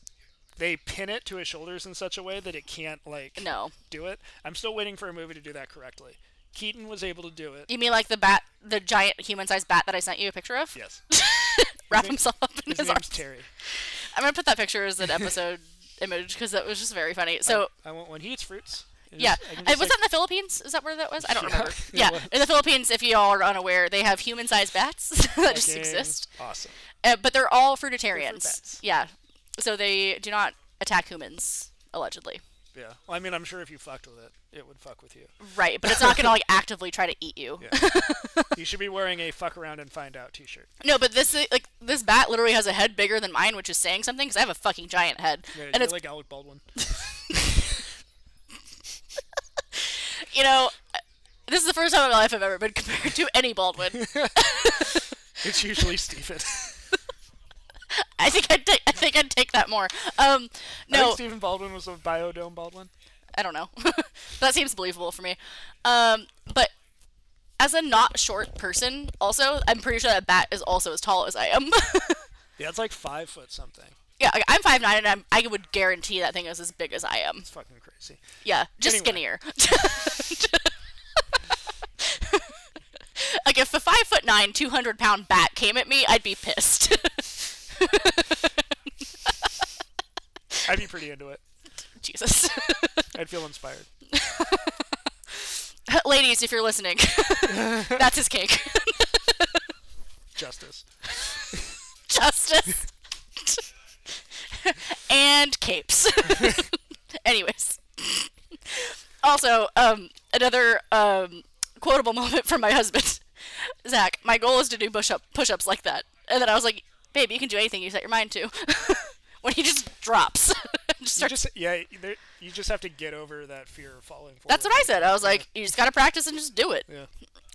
Speaker 1: they pin it to his shoulders in such a way that it can't like
Speaker 2: No.
Speaker 1: do it. I'm still waiting for a movie to do that correctly. Keaton was able to do it.
Speaker 2: You mean like the bat, the giant human-sized bat that I sent you a picture of?
Speaker 1: Yes.
Speaker 2: Wrap
Speaker 1: name-
Speaker 2: himself up in
Speaker 1: His
Speaker 2: his,
Speaker 1: name's
Speaker 2: arms.
Speaker 1: Terry.
Speaker 2: I'm gonna put that picture as an episode image because that was just very funny. So
Speaker 1: I want when he eats fruits. I
Speaker 2: yeah,
Speaker 1: just- I can just,
Speaker 2: I was
Speaker 1: like,
Speaker 2: that in the Philippines? Is that where that was? I don't
Speaker 1: Yeah,
Speaker 2: remember.
Speaker 1: it
Speaker 2: Yeah,
Speaker 1: was.
Speaker 2: in the Philippines, if y'all are unaware, they have human-sized bats that just
Speaker 1: fucking
Speaker 2: exist,
Speaker 1: Awesome.
Speaker 2: uh, but they're all
Speaker 1: They're fruit
Speaker 2: fruitarians.
Speaker 1: bats.
Speaker 2: Yeah, so they do not attack humans allegedly.
Speaker 1: Yeah. Well, I mean, I'm sure if you fucked with it, it would fuck with you.
Speaker 2: Right, but it's not gonna like actively try to eat you.
Speaker 1: you should be wearing a "fuck around and find out" T-shirt.
Speaker 2: No, but this uh, like this bat literally has a head bigger than mine, which is saying something because I have a fucking giant head,
Speaker 1: Yeah,
Speaker 2: and
Speaker 1: you're
Speaker 2: it's
Speaker 1: like Alec Baldwin.
Speaker 2: you know, uh, this is the first time in my life I've ever been compared to any Baldwin.
Speaker 1: It's usually Stephen.
Speaker 2: I think I'd take, I think I'd take that more.
Speaker 1: I
Speaker 2: Um, no,
Speaker 1: think Stephen Baldwin was a biodome Baldwin.
Speaker 2: I don't know. that seems believable for me. Um, but as a not short person, also, I'm pretty sure that bat is also as tall as I am.
Speaker 1: Yeah, it's like five foot something.
Speaker 2: yeah, like, I'm five nine, and I'm, I would guarantee that thing is as big as I am.
Speaker 1: It's fucking crazy.
Speaker 2: Yeah, just
Speaker 1: Anyway.
Speaker 2: skinnier. like if a five foot nine, two hundred pound bat came at me, I'd be pissed.
Speaker 1: I'd be pretty into it.
Speaker 2: Jesus,
Speaker 1: I'd feel inspired.
Speaker 2: ladies, if you're listening, that's his cake.
Speaker 1: Justice.
Speaker 2: justice and capes anyways also um, another um, quotable moment from my husband zach my goal is to do push-up push-ups like that and then i was like babe you can do anything you set your mind to when he just drops just
Speaker 1: You
Speaker 2: starts,
Speaker 1: just yeah. There, you just have to get over that fear of falling forward.
Speaker 2: that's what i said i was like you just gotta practice and just do it
Speaker 1: Yeah.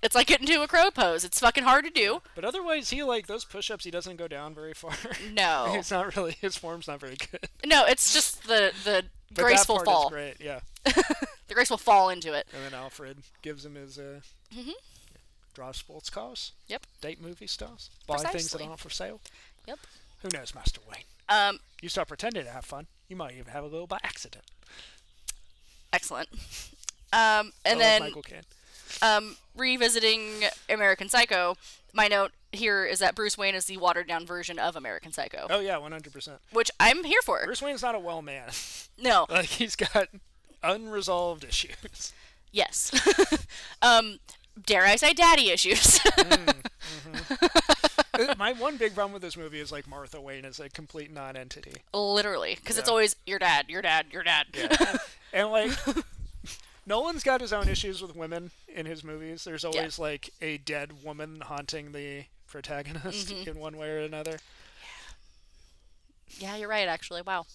Speaker 2: it's like getting to a crow pose it's fucking hard to do
Speaker 1: But otherwise, he like those push-ups. He doesn't go down very far.
Speaker 2: no
Speaker 1: It's not really his form's not very good.
Speaker 2: no it's just the the
Speaker 1: But
Speaker 2: graceful
Speaker 1: that part
Speaker 2: fall
Speaker 1: Is great. Yeah.
Speaker 2: the graceful fall into it
Speaker 1: And then Alfred gives him his uh,
Speaker 2: Mm-hmm.
Speaker 1: draw sports cars,
Speaker 2: yep
Speaker 1: date movie stars, buy things that
Speaker 2: Precisely.
Speaker 1: aren't for sale.
Speaker 2: Yep.
Speaker 1: Who knows, Master Wayne?
Speaker 2: Um,
Speaker 1: You start pretending to have fun. You might even have a little by accident.
Speaker 2: excellent. Um,
Speaker 1: I love
Speaker 2: and then
Speaker 1: Michael Caine.
Speaker 2: um, revisiting American Psycho, my note here is that Bruce Wayne is the watered down version of American Psycho,
Speaker 1: Oh yeah, one hundred percent.
Speaker 2: which I'm here for.
Speaker 1: Bruce Uh. Wayne's not a well man.
Speaker 2: No,
Speaker 1: like he's got unresolved issues.
Speaker 2: yes. um, dare I say, daddy issues?
Speaker 1: My one big problem with this movie is like Martha Wayne is a complete non-entity,
Speaker 2: Literally, because it's always your dad, your dad, your dad.
Speaker 1: and like Nolan's got his own issues with women in his movies. There's always like a dead woman haunting the protagonist
Speaker 2: Mm-hmm.
Speaker 1: in one way or another.
Speaker 2: yeah, you're right. Actually, wow.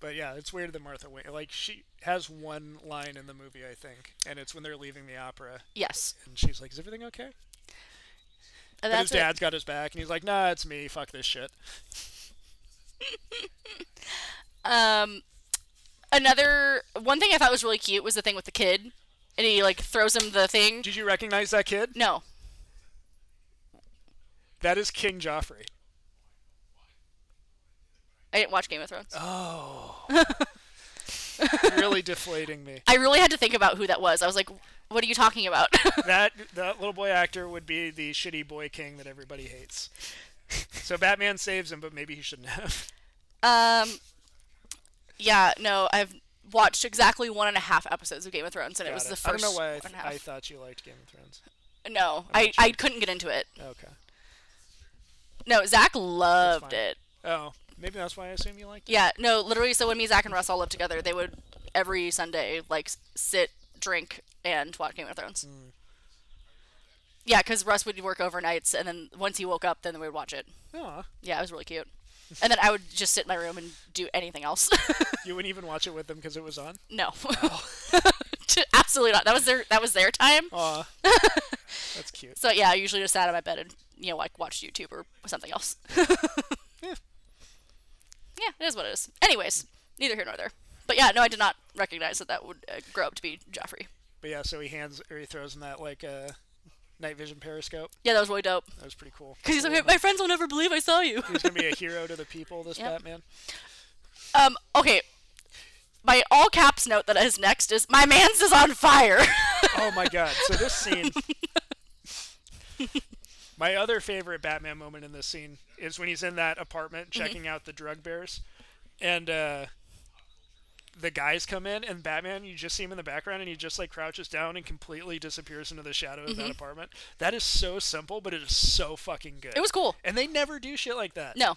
Speaker 1: But yeah, it's weird that Martha Wayne like she has one line in the movie I think, and it's when they're leaving the opera,
Speaker 2: Yes,
Speaker 1: and she's like, "Is everything okay?" And
Speaker 2: And
Speaker 1: his
Speaker 2: that's it.
Speaker 1: dad's got his back, and he's like, "Nah, it's me. Fuck this shit."
Speaker 2: Um, another one thing I thought was really cute was the thing with the kid, and he like throws him the thing.
Speaker 1: Did you recognize that kid?
Speaker 2: No,
Speaker 1: That is King Joffrey.
Speaker 2: I didn't watch Game of Thrones. Oh.
Speaker 1: really deflating me.
Speaker 2: I really had to think about who that was. I was like, what are you talking about?
Speaker 1: That that little boy actor would be the shitty boy king that everybody hates. So Batman saves him, but maybe he shouldn't have.
Speaker 2: um, yeah, no, I've watched exactly one and a half episodes of Game of Thrones, and it was
Speaker 1: Got
Speaker 2: the
Speaker 1: it.
Speaker 2: first
Speaker 1: I don't know why I,
Speaker 2: one
Speaker 1: th-
Speaker 2: and a half.
Speaker 1: I thought you liked Game of Thrones.
Speaker 2: no, I, I couldn't get into it.
Speaker 1: Okay.
Speaker 2: No, Zach loved
Speaker 1: fine.
Speaker 2: it.
Speaker 1: Oh, maybe that's why I assume you liked it.
Speaker 2: Yeah, no, literally. So when me, Zach, and Russ all lived together, they would every Sunday like s- sit, drink, and watch Game of Thrones.
Speaker 1: Hmm.
Speaker 2: Yeah, because Russ would work overnights, and then once he woke up, then we would watch it.
Speaker 1: Aw.
Speaker 2: Yeah, it was really cute. And then I would just sit in my room and do anything else.
Speaker 1: You wouldn't even watch it with them because it was on.
Speaker 2: No. Absolutely not. That was their that was their time.
Speaker 1: Aw. that's cute.
Speaker 2: So yeah, I usually just sat on my bed and you know like watched YouTube or something else.
Speaker 1: Yeah.
Speaker 2: Yeah, it is what it is. Anyways, neither here nor there. But yeah, no, I did not recognize that that would uh, grow up to be Joffrey.
Speaker 1: But yeah, so he hands or he throws in that like uh, night vision periscope.
Speaker 2: Yeah, that was really dope.
Speaker 1: That was pretty cool.
Speaker 2: Cause he's like, my friends will never believe I saw tell you.
Speaker 1: He's gonna be a hero to the people. This
Speaker 2: Yep.
Speaker 1: Batman.
Speaker 2: Um, okay. My all caps note that is next is my man's is on fire.
Speaker 1: Oh my god! So this scene. My other favorite Batman moment in this scene is when he's in that apartment
Speaker 2: Mm-hmm.
Speaker 1: checking out the drug bears, and uh, the guys come in, and Batman. You just see him in the background, and he just like crouches down and completely disappears into the shadow of
Speaker 2: Mm-hmm.
Speaker 1: that apartment. That is so simple, but it is so fucking good.
Speaker 2: it was cool.
Speaker 1: and they never do shit like that.
Speaker 2: No.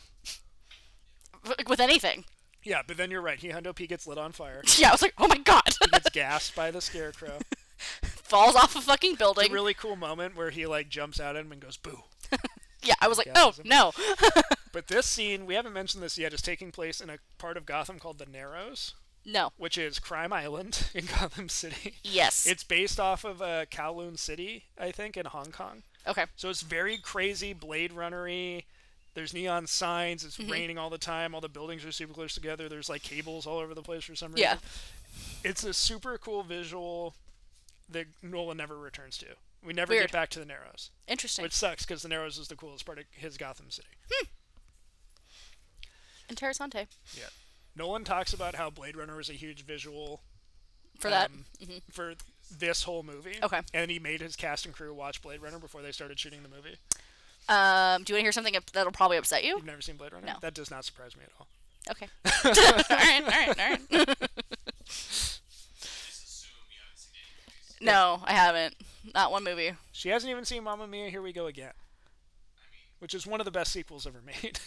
Speaker 2: Like, With anything.
Speaker 1: Yeah, but then you're right. He Hundo P gets lit on fire.
Speaker 2: Yeah, I was like, oh my god.
Speaker 1: He gets gassed by the scarecrow.
Speaker 2: Falls off a fucking building.
Speaker 1: really cool moment where he like jumps at him and goes boo.
Speaker 2: yeah, I was like, oh
Speaker 1: gasses him.
Speaker 2: no.
Speaker 1: But this scene, we haven't mentioned this yet, is taking place in a part of Gotham called the Narrows,
Speaker 2: No.
Speaker 1: which is Crime Island in Gotham City.
Speaker 2: Yes.
Speaker 1: It's based off of uh, Kowloon City, I think, in Hong Kong.
Speaker 2: okay.
Speaker 1: So it's very crazy, Blade Runnery. There's neon signs.
Speaker 2: Mm-hmm.
Speaker 1: It's raining all the time. All the buildings are super close together. There's like cables all over the place for some reason.
Speaker 2: Yeah.
Speaker 1: It's a super cool visual that Nolan never returns to. We never
Speaker 2: Weird.
Speaker 1: get back to the Narrows.
Speaker 2: Interesting.
Speaker 1: Which sucks because the Narrows is the coolest part of his Gotham City.
Speaker 2: and Terrasante
Speaker 1: Yeah. Nolan talks about how Blade Runner was a huge visual
Speaker 2: for that.
Speaker 1: um, for this whole movie.
Speaker 2: Okay.
Speaker 1: And he made his cast and crew watch Blade Runner before they started shooting the movie.
Speaker 2: Um, do you want to hear something that'll probably upset you?
Speaker 1: You've never seen Blade Runner?
Speaker 2: No.
Speaker 1: That does not surprise me at all.
Speaker 2: Okay. all right, all right, all right. no, I haven't. Not one movie.
Speaker 1: She hasn't even seen Mamma Mia, Here We Go Again. Which is one of the best sequels ever made.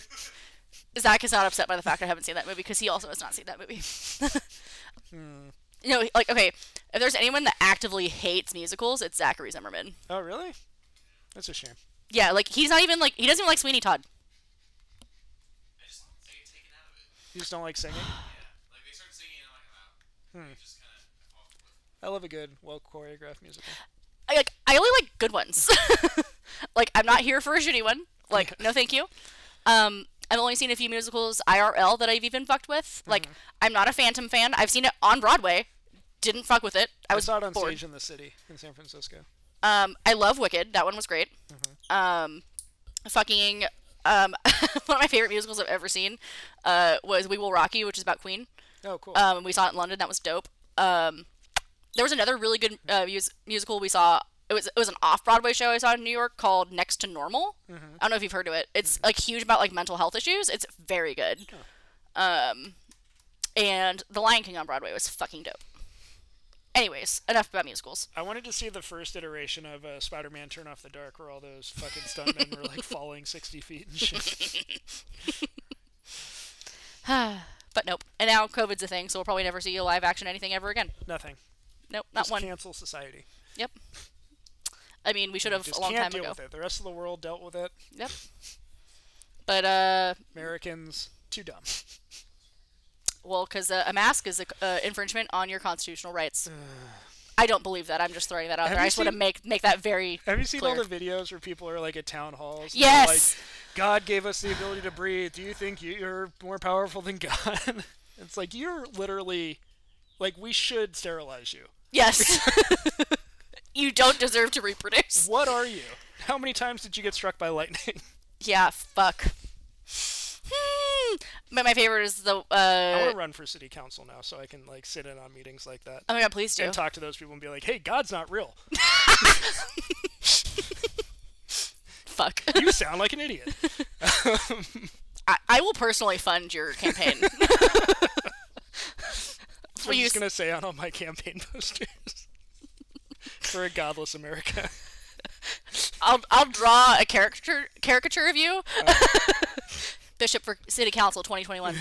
Speaker 2: Zach is not upset by the fact I haven't seen that movie because he also has not seen that movie.
Speaker 1: Hmm.
Speaker 2: No, like okay, if there's anyone that actively hates musicals, it's Zachary Zimmerman.
Speaker 1: oh, really? That's a shame.
Speaker 2: Yeah, like he's not even like he doesn't even like Sweeney Todd.
Speaker 3: I just they get taken out of it.
Speaker 1: You just don't like singing?
Speaker 3: Yeah. Like they start singing and I'm like, I'm out. They just kind of off the cliff.
Speaker 1: I love a good, well choreographed musical.
Speaker 2: I, like I only like good ones. like I'm not here for a shitty one. Like no, thank you. Um, I've only seen a few musicals IRL that I've even fucked with. Like
Speaker 1: Mm-hmm.
Speaker 2: I'm not a Phantom fan. I've seen it on Broadway. Didn't fuck with it. I
Speaker 1: I
Speaker 2: was
Speaker 1: saw it on
Speaker 2: bored.
Speaker 1: stage in the city in San Francisco.
Speaker 2: Um, I love Wicked. That one was great.
Speaker 1: Mm-hmm.
Speaker 2: Um, fucking um, one of my favorite musicals I've ever seen uh, was We Will Rock You, which is about Queen.
Speaker 1: Oh, cool.
Speaker 2: Um, we saw it in London. That was dope. Um, there was another really good uh, mus- musical we saw. It was it was an off Broadway show I saw in New York called Next to Normal.
Speaker 1: Mm-hmm.
Speaker 2: I don't know if you've heard of it. It's like huge about like mental health issues. It's very good. Um, and The Lion King on Broadway was fucking dope. Anyways, enough about musicals.
Speaker 1: I wanted to see the first iteration of uh, Spider-Man: Turn Off the Dark, where all those fucking stuntmen were like falling sixty feet and shit.
Speaker 2: But nope. And now COVID's a thing, so we'll probably never see a live action anything ever again.
Speaker 1: Nothing.
Speaker 2: Nope, not
Speaker 1: Just
Speaker 2: one.
Speaker 1: Cancel society.
Speaker 2: Yep. I mean, we should have
Speaker 1: Just
Speaker 2: a long
Speaker 1: can't
Speaker 2: time
Speaker 1: deal
Speaker 2: ago.
Speaker 1: with it. The rest of the world dealt with it.
Speaker 2: Yep. But uh,
Speaker 1: Americans too dumb.
Speaker 2: well, because uh, a mask is an uh, infringement on your constitutional rights. I don't believe that. I'm just throwing that out there.
Speaker 1: you
Speaker 2: I just want to
Speaker 1: seen-
Speaker 2: make make that very.
Speaker 1: Have you seen all
Speaker 2: clear.
Speaker 1: the videos where people are like at town halls? and they're
Speaker 2: Yes.
Speaker 1: Like, God gave us the ability to breathe. Do you think you- you're more powerful than God? it's like you're literally, like we should sterilize you.
Speaker 2: Yes. you don't deserve to reproduce.
Speaker 1: What are you? How many times did you get struck by lightning?
Speaker 2: Yeah. Fuck. Hmm. But my favorite is the.
Speaker 1: I
Speaker 2: Uh,
Speaker 1: want to run for city council now, so I can like sit in on meetings like that.
Speaker 2: oh my god! Please do.
Speaker 1: and talk to those people and be like, "Hey, God's not real.
Speaker 2: Fuck.
Speaker 1: You sound like an idiot."
Speaker 2: I, I will personally fund your campaign.
Speaker 1: That's what I'm
Speaker 2: Please.
Speaker 1: just gonna say on all my campaign posters for a godless America.
Speaker 2: I'll I'll draw a caricature caricature of you. Bishop for City Council 2021.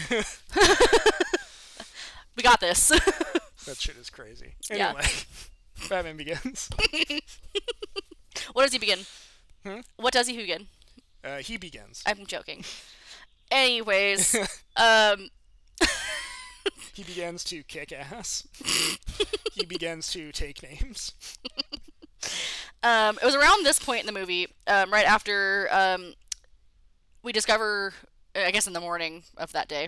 Speaker 2: we got this.
Speaker 1: That shit is crazy.
Speaker 2: Yeah.
Speaker 1: Anyway, Batman Begins.
Speaker 2: what does he begin?
Speaker 1: Hmm?
Speaker 2: What does he begin?
Speaker 1: Uh, he begins.
Speaker 2: I'm joking. Anyways, um,
Speaker 1: He begins to kick ass. he begins to take names.
Speaker 2: um, it was around this point in the movie, um, right after um, we discover, uh, I guess, in the morning of that day,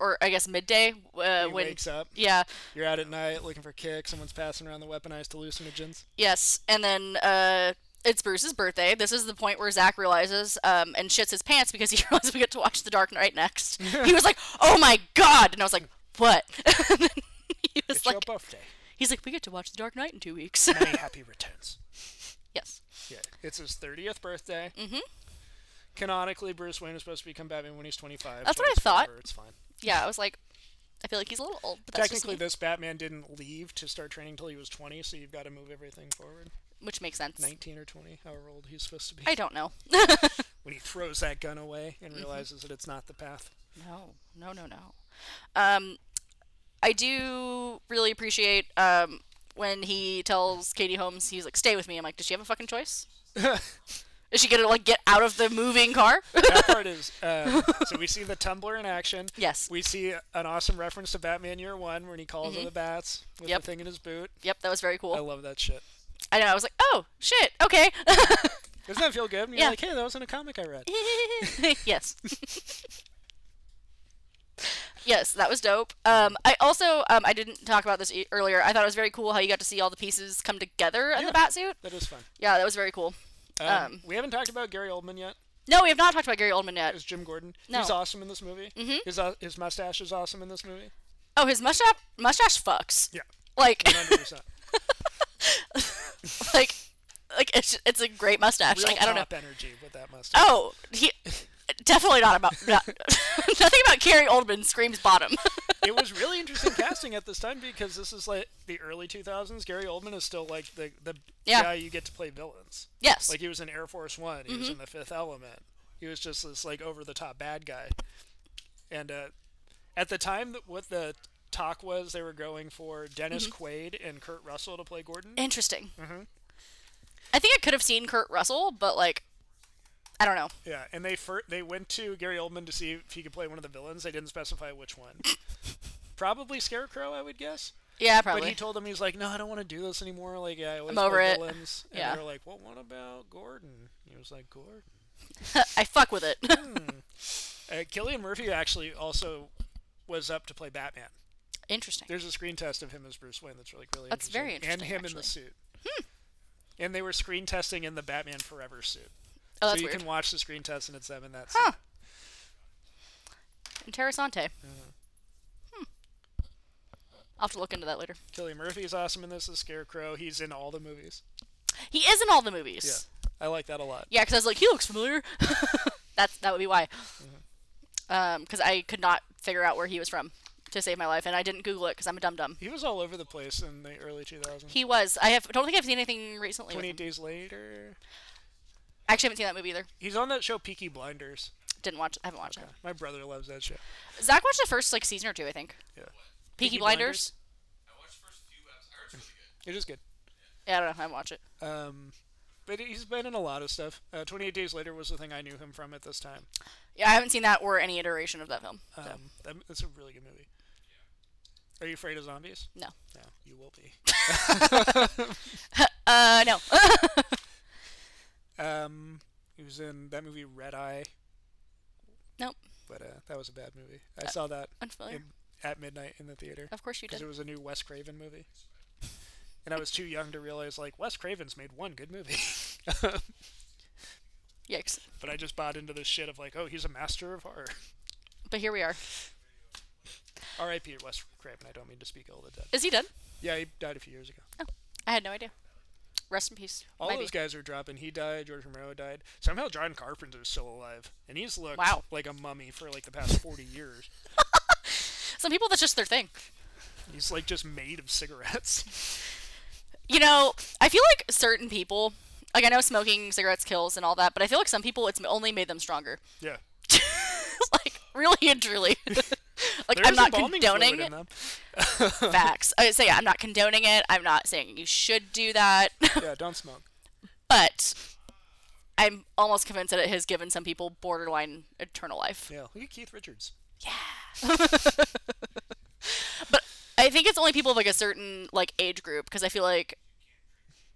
Speaker 2: or I guess midday, uh,
Speaker 1: Mm-hmm. He
Speaker 2: when
Speaker 1: wakes up.
Speaker 2: yeah,
Speaker 1: You're out at night looking for kicks. Someone's passing around the weaponized hallucinogens.
Speaker 2: Yes, and then uh, it's Bruce's birthday. This is the point where Zach realizes um, and shits his pants because he realizes we get to watch The Dark Knight next. he was like, "Oh my god!" And I was like, "What?" and then he was
Speaker 1: It's your
Speaker 2: like,
Speaker 1: birthday.
Speaker 2: "He's like, we get to watch The Dark Knight in two weeks."
Speaker 1: Many happy returns.
Speaker 2: yes.
Speaker 1: Yeah, it's his 30th birthday. Mm-hmm. Canonically, Bruce Wayne is supposed to become Batman when he's 25.
Speaker 2: That's
Speaker 1: so
Speaker 2: what I
Speaker 1: it's
Speaker 2: thought.
Speaker 1: whatever, It's fine.
Speaker 2: Yeah, I was like, I feel like he's a little old, but that's just
Speaker 1: Technically,
Speaker 2: me,
Speaker 1: this Batman didn't leave to start training till he was 20, so you've got to move everything forward.
Speaker 2: which makes sense.
Speaker 1: 19 or 20, however old he's supposed to be.
Speaker 2: I Mm-hmm. don't know.
Speaker 1: When he throws that gun away and realizes that it's not the path.
Speaker 2: No, no, no, no. Um, I do really appreciate um, when he tells Katie Holmes, he's like, "Stay with me." I'm like, "Does she have a fucking choice? Is she gonna like get out of the moving car?"
Speaker 1: that part is. Uh, so we see the tumbler in action.
Speaker 2: Yes.
Speaker 1: We see an awesome reference to Batman Year One when he calls on the bats with
Speaker 2: Mm-hmm. Yep.
Speaker 1: the thing in his boot.
Speaker 2: yep, that was very
Speaker 1: I
Speaker 2: cool.
Speaker 1: love that shit.
Speaker 2: I know. I was like, "Oh shit, okay."
Speaker 1: Doesn't that feel good? And you're
Speaker 2: Yeah.
Speaker 1: like, hey, that was in a comic I read.
Speaker 2: yes. yes, that was dope. Um, I also um, I didn't talk about this e- earlier. I thought it was very cool how you got to see all the pieces come together in
Speaker 1: Yeah.
Speaker 2: the bat suit.
Speaker 1: That is fun.
Speaker 2: Yeah, that was very cool.
Speaker 1: Um,
Speaker 2: Um,
Speaker 1: we haven't talked about Gary Oldman yet.
Speaker 2: No, we have not talked about Gary Oldman yet.
Speaker 1: Is Jim Gordon?
Speaker 2: No. Mm-hmm.
Speaker 1: He's awesome in this movie. His uh, his mustache is awesome in this movie.
Speaker 2: Oh, his mustache mustache fucks.
Speaker 1: Yeah,
Speaker 2: Like
Speaker 1: 100. percent
Speaker 2: like like it's it's a great mustache.
Speaker 1: Real
Speaker 2: like I don't know.
Speaker 1: top energy with that mustache.
Speaker 2: Oh, he definitely not about not, nothing about Gary Oldman screams bottom. Oh.
Speaker 1: It was really interesting casting at this time because this is like the early 2000s. Gary Oldman is still like the the
Speaker 2: Yeah.
Speaker 1: guy you get to play villains.
Speaker 2: yes. Mm-hmm.
Speaker 1: Like he was in Air Force One. He was in The Fifth Element. He was just this like over the top bad guy. And uh, at the time, th- what the talk was, they were going for Dennis
Speaker 2: Mm-hmm.
Speaker 1: Quaid and Kurt Russell to play Gordon.
Speaker 2: Interesting.
Speaker 1: Mm-hmm.
Speaker 2: I think I could have seen Kurt Russell, but like I don't know.
Speaker 1: Yeah, and they fir- they went to Gary Oldman to see if he could play one of the villains. They didn't specify which one. Probably Scarecrow, I would guess.
Speaker 2: Yeah,
Speaker 1: But
Speaker 2: probably.
Speaker 1: he told them he's like, no, I don't want to do this anymore. Like, yeah, I always
Speaker 2: I'm over
Speaker 1: play
Speaker 2: it."
Speaker 1: villains. And
Speaker 2: Yeah.
Speaker 1: they were like, well, what about Gordon? He was like, Gordon.
Speaker 2: I fuck with it.
Speaker 1: Uh, Killian Murphy actually also was up to play Batman.
Speaker 2: Interesting. Oh,
Speaker 1: There's a screen test of him as Bruce Wayne that's really really
Speaker 2: That's
Speaker 1: interesting.
Speaker 2: very interesting,
Speaker 1: And him in the
Speaker 2: actually. Hmm.
Speaker 1: suit. And they were screen testing in the Batman Forever suit.
Speaker 2: Oh,
Speaker 1: so
Speaker 2: that's
Speaker 1: you
Speaker 2: weird.
Speaker 1: can watch the screen test and it's them in that
Speaker 2: Huh.
Speaker 1: suit.
Speaker 2: Interessante. Hmm.
Speaker 1: Uh-huh.
Speaker 2: I'll have to look into that later.
Speaker 1: Killian Murphy is awesome in this as Scarecrow. He's in all the movies.
Speaker 2: He is in all the movies.
Speaker 1: Yeah. I like that a lot.
Speaker 2: Yeah, because I was like, he looks familiar. That's that would be why.
Speaker 1: Mm-hmm.
Speaker 2: Um, because I could not figure out where he was from to save my life, and I didn't Google it because I'm a dum dum.
Speaker 1: He was all over the place in the early 2000s.
Speaker 2: He was. I have. Don't think I've seen anything recently. With
Speaker 1: 28
Speaker 2: him.
Speaker 1: Days Later.
Speaker 2: I actually haven't seen that movie either.
Speaker 1: He's on that show Peaky Blinders.
Speaker 2: Didn't watch. I haven't watched
Speaker 1: My brother loves that show.
Speaker 2: it. Zach watched the first like season or two, I think.
Speaker 1: Yeah.
Speaker 2: Peaky,
Speaker 1: Peaky Blinders?
Speaker 2: Blinders.
Speaker 3: I watched the first few episodes. I heard it's really good.
Speaker 1: It is good.
Speaker 2: Yeah, I don't know. I haven't watched it.
Speaker 1: Um, but he's been in a lot of stuff. Uh, 28 Days Later was the thing I knew him from at this time.
Speaker 2: Yeah, I haven't seen that or any iteration of that film. So.
Speaker 1: Um, that, that's a really good movie. Are you afraid of zombies?
Speaker 2: no.
Speaker 1: No, you will be.
Speaker 2: Uh, no.
Speaker 1: Um, he was in that movie Red Eye,
Speaker 2: nope.
Speaker 1: but uh, that was a bad movie. I saw that
Speaker 2: Unfamiliar.
Speaker 1: in, at midnight in the theater
Speaker 2: Of course Oh, you
Speaker 1: because
Speaker 2: did.
Speaker 1: it was a new Wes Craven movie, and I was too young to realize like Wes Craven's made one good movie.
Speaker 2: Yikes.
Speaker 1: but I just bought into this shit of like, oh, he's a master of horror.
Speaker 2: But here we are.
Speaker 1: R.I.P. Wes Craven. I don't mean to speak ill of the dead.
Speaker 2: Is he dead?
Speaker 1: Yeah, he died a few years ago.
Speaker 2: Oh, I had no idea. Rest in peace.
Speaker 1: All
Speaker 2: Might
Speaker 1: those
Speaker 2: be.
Speaker 1: guys are dropping. He died. George Romero died. Somehow John Carpenter's still alive, and he's looked
Speaker 2: Wow.
Speaker 1: like a mummy for like the past forty years.
Speaker 2: Some people that's just their thing.
Speaker 1: He's like just made of cigarettes.
Speaker 2: You know, I feel like certain people, like I know smoking cigarettes kills and all that, but I feel like some people it's only made them stronger.
Speaker 1: yeah,
Speaker 2: like really and truly. like
Speaker 1: There
Speaker 2: I'm
Speaker 1: is
Speaker 2: not
Speaker 1: embalming
Speaker 2: condoning
Speaker 1: fluid in them.
Speaker 2: facts. I say yeah, I'm not condoning it. I'm not saying you should do that,
Speaker 1: Yeah, don't smoke.
Speaker 2: but I'm almost convinced that it has given some people borderline eternal life.
Speaker 1: Yeah, look at Keith Richards.
Speaker 2: But I think it's only people of like a certain like age group because I feel like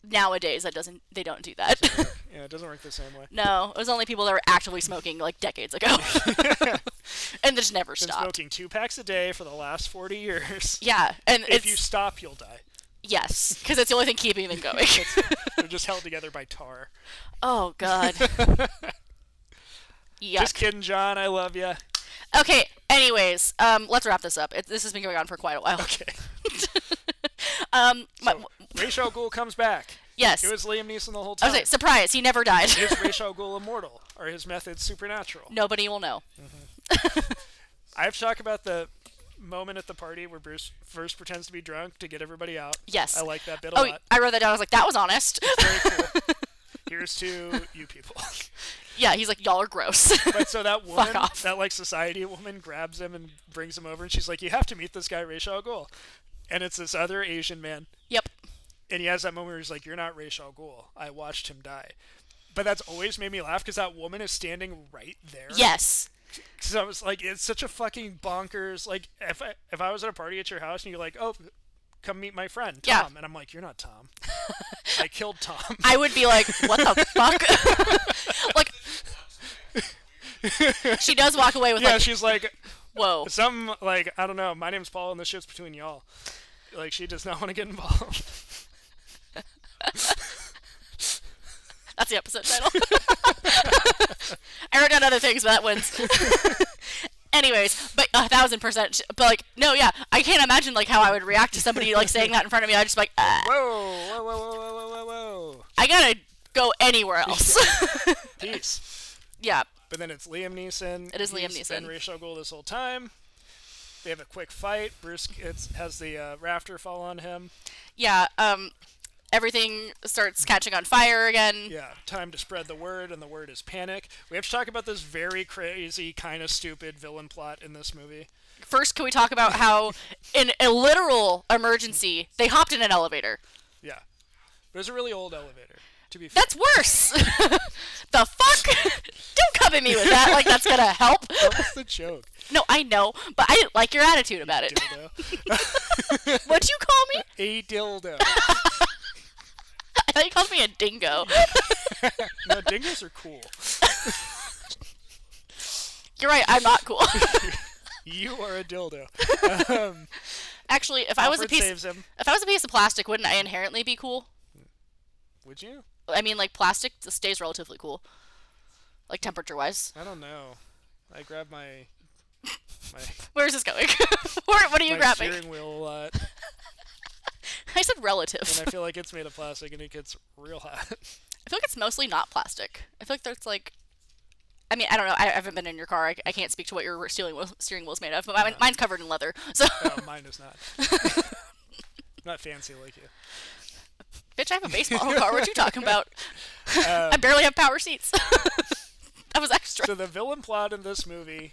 Speaker 2: nowadays that doesn't they don't do that.
Speaker 1: Yeah, it doesn't work the same way.
Speaker 2: No, it was only people that were actively smoking like decades ago, and they just never
Speaker 1: Been
Speaker 2: stopped.
Speaker 1: smoking two packs a day for the last forty years.
Speaker 2: Yeah, and
Speaker 1: If
Speaker 2: it's
Speaker 1: you stop, you'll die.
Speaker 2: Yes, because that's the only thing keeping them going.
Speaker 1: They're just held together by tar.
Speaker 2: oh God.
Speaker 1: Just
Speaker 2: Yuck.
Speaker 1: kidding, John. I love you.
Speaker 2: Okay. Anyways, um, let's wrap this up. It, this has been going on for quite a while.
Speaker 1: Okay.
Speaker 2: Um, my,
Speaker 1: So, Ra's al Ghul comes back.
Speaker 2: yes.
Speaker 1: It was um, Liam Neeson the whole
Speaker 2: I
Speaker 1: time.
Speaker 2: was like, surprise, he never died.
Speaker 1: Is Ra's al Ghul immortal? Are his methods supernatural?
Speaker 2: Nobody will know.
Speaker 1: I have to talk about the moment at the party where Bruce first pretends to be drunk to get everybody out.
Speaker 2: Yes.
Speaker 1: I like that bit a
Speaker 2: Oh,
Speaker 1: lot.
Speaker 2: I wrote that down. I was like, that was honest.
Speaker 1: Very cool. Here's to you people.
Speaker 2: yeah, he's like, y'all are gross.
Speaker 1: But so that woman,
Speaker 2: off.
Speaker 1: that like society woman, grabs him and brings him over, and she's like, "You have to meet this guy, Ra's al Ghul," and it's this other Asian man,
Speaker 2: yep.
Speaker 1: and he has that moment where he's like, "You're not Ra's al Ghul. I watched him die." But that's always made me laugh because that woman is standing right there.
Speaker 2: Yes.
Speaker 1: So I was like, it's such a fucking bonkers. Like, if I if I was at a party at your house and you're like, oh, come meet my friend
Speaker 2: Yeah.
Speaker 1: Tom, and I'm like, you're not Tom. I killed Tom.
Speaker 2: I would be like, what the fuck? like, she does walk away with
Speaker 1: yeah,
Speaker 2: like,
Speaker 1: she's like,
Speaker 2: whoa.
Speaker 1: some like I don't know. My name's Paul, and this shit's between y'all. Like, she does not want to get involved.
Speaker 2: That's the episode title. I wrote down other things, but that wins. Anyways, but a thousand percent. sh- But like, no, yeah, I can't imagine like how I would react to somebody like saying that in front of me. I just like, uh,
Speaker 1: whoa, whoa, whoa, whoa, whoa, whoa, whoa, whoa.
Speaker 2: I gotta go anywhere else.
Speaker 1: Peace.
Speaker 2: yeah,
Speaker 1: But then it's Liam Neeson.
Speaker 2: It is Liam
Speaker 1: He's
Speaker 2: Neeson.
Speaker 1: Been Ra's al Ghul this whole time. They have a quick fight. Bruce gets, has the uh, rafter fall on him.
Speaker 2: yeah. Um, everything starts catching on fire again.
Speaker 1: Yeah, time to spread the word, and the word is panic. We have to talk about this very crazy, kind of stupid villain plot in this movie.
Speaker 2: First, can we talk about how, in a literal emergency, they hopped in an elevator?
Speaker 1: Yeah, but it's a really old elevator. To be fair,
Speaker 2: That's worse. the fuck? Don't come at me with that. Like that's gonna help.
Speaker 1: that's the joke.
Speaker 2: No, I know, but I didn't like your attitude about it.
Speaker 1: Dildo.
Speaker 2: What'd you call me?
Speaker 1: A dildo.
Speaker 2: I thought you called me a dingo.
Speaker 1: No, dingoes are cool.
Speaker 2: You're right. I'm not cool.
Speaker 1: You are a dildo.
Speaker 2: Actually, if I was a
Speaker 1: Alfred
Speaker 2: piece,
Speaker 1: saves him.
Speaker 2: if I was a piece of plastic, wouldn't I inherently be cool?
Speaker 1: Would you?
Speaker 2: I mean, like plastic stays relatively cool, like temperature-wise.
Speaker 1: I don't know. I grab my my,
Speaker 2: Where is this going? Where- what are you
Speaker 1: my
Speaker 2: grabbing?
Speaker 1: steering wheel a lot,
Speaker 2: I said relative.
Speaker 1: and I feel like it's made of plastic, and it gets real hot.
Speaker 2: I feel like it's mostly not plastic. I feel like there's like, I mean, I don't know. I haven't been in your car. I, I can't speak to what your steering wheel, steering wheel's made of, but mine, mine's covered in leather. So,
Speaker 1: No, mine is not. not fancy like you.
Speaker 2: bitch, I have a baseball car. What you talking about? I barely have power seats. that was extra.
Speaker 1: So the villain plot in this movie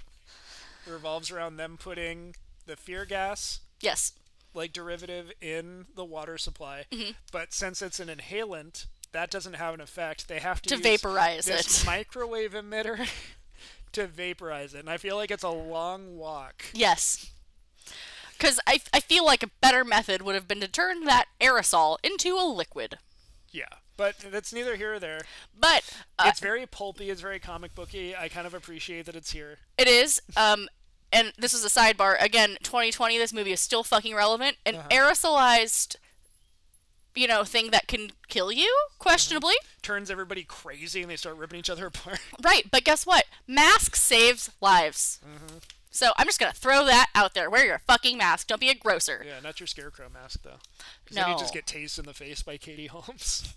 Speaker 1: revolves around them putting the fear gas
Speaker 2: yes.
Speaker 1: like derivative in the water supply,
Speaker 2: Mm-hmm.
Speaker 1: but since it's an inhalant, that doesn't have an effect. They have to,
Speaker 2: To
Speaker 1: use
Speaker 2: vaporize
Speaker 1: this
Speaker 2: it.
Speaker 1: microwave emitter to vaporize it, and I feel like it's a long walk.
Speaker 2: Yes. Because I, I feel like a better method would have been to turn that aerosol into a liquid.
Speaker 1: Yeah, but that's neither here or there.
Speaker 2: But uh,
Speaker 1: It's very pulpy. It's very comic booky. I kind of appreciate that it's here.
Speaker 2: It is. Um, and this is a sidebar. Again, 2020, this movie is still fucking relevant. An
Speaker 1: Uh-huh.
Speaker 2: aerosolized, you know, thing that can kill you,
Speaker 1: Mm-hmm.
Speaker 2: questionably.
Speaker 1: Turns everybody crazy, and they start ripping each other apart.
Speaker 2: Right, but guess what? Mask saves lives.
Speaker 1: Mm-hmm.
Speaker 2: So I'm just going to throw that out there. Wear your fucking mask. Don't be a grocer.
Speaker 1: Yeah, not your scarecrow mask though. 'Cause Then you just
Speaker 2: No.
Speaker 1: get tased in the face by Katie Holmes.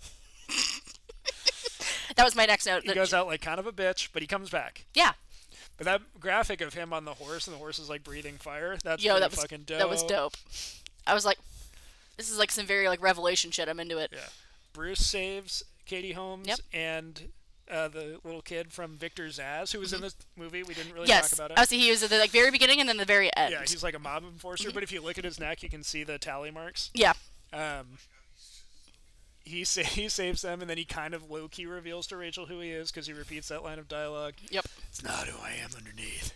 Speaker 2: That was my next note.
Speaker 1: he
Speaker 2: that-
Speaker 1: goes out like kind of a bitch, but he comes back.
Speaker 2: yeah.
Speaker 1: But that graphic of him on the horse and the horse is like breathing fire. That's
Speaker 2: Yo,
Speaker 1: pretty
Speaker 2: that was,
Speaker 1: fucking dope.
Speaker 2: that was dope. I was like, this is like some very like revelation shit. I'm into it.
Speaker 1: Yeah. Bruce saves Katie Holmes
Speaker 2: Yep.
Speaker 1: and uh, the little kid from Victor Zaz, who was in this movie. We didn't really
Speaker 2: Mm-hmm. Yes.
Speaker 1: talk about
Speaker 2: I
Speaker 1: it.
Speaker 2: see he was at the like very beginning and then the very end.
Speaker 1: Yeah, he's like a mob
Speaker 2: Mm-hmm.
Speaker 1: enforcer, but if you look at his neck, you can see the tally marks.
Speaker 2: yeah.
Speaker 1: Um, he sa- he saves them, and then he kind of low key reveals to Rachel who he is because he repeats that line of dialogue.
Speaker 2: Yep.
Speaker 1: It's not who I am underneath.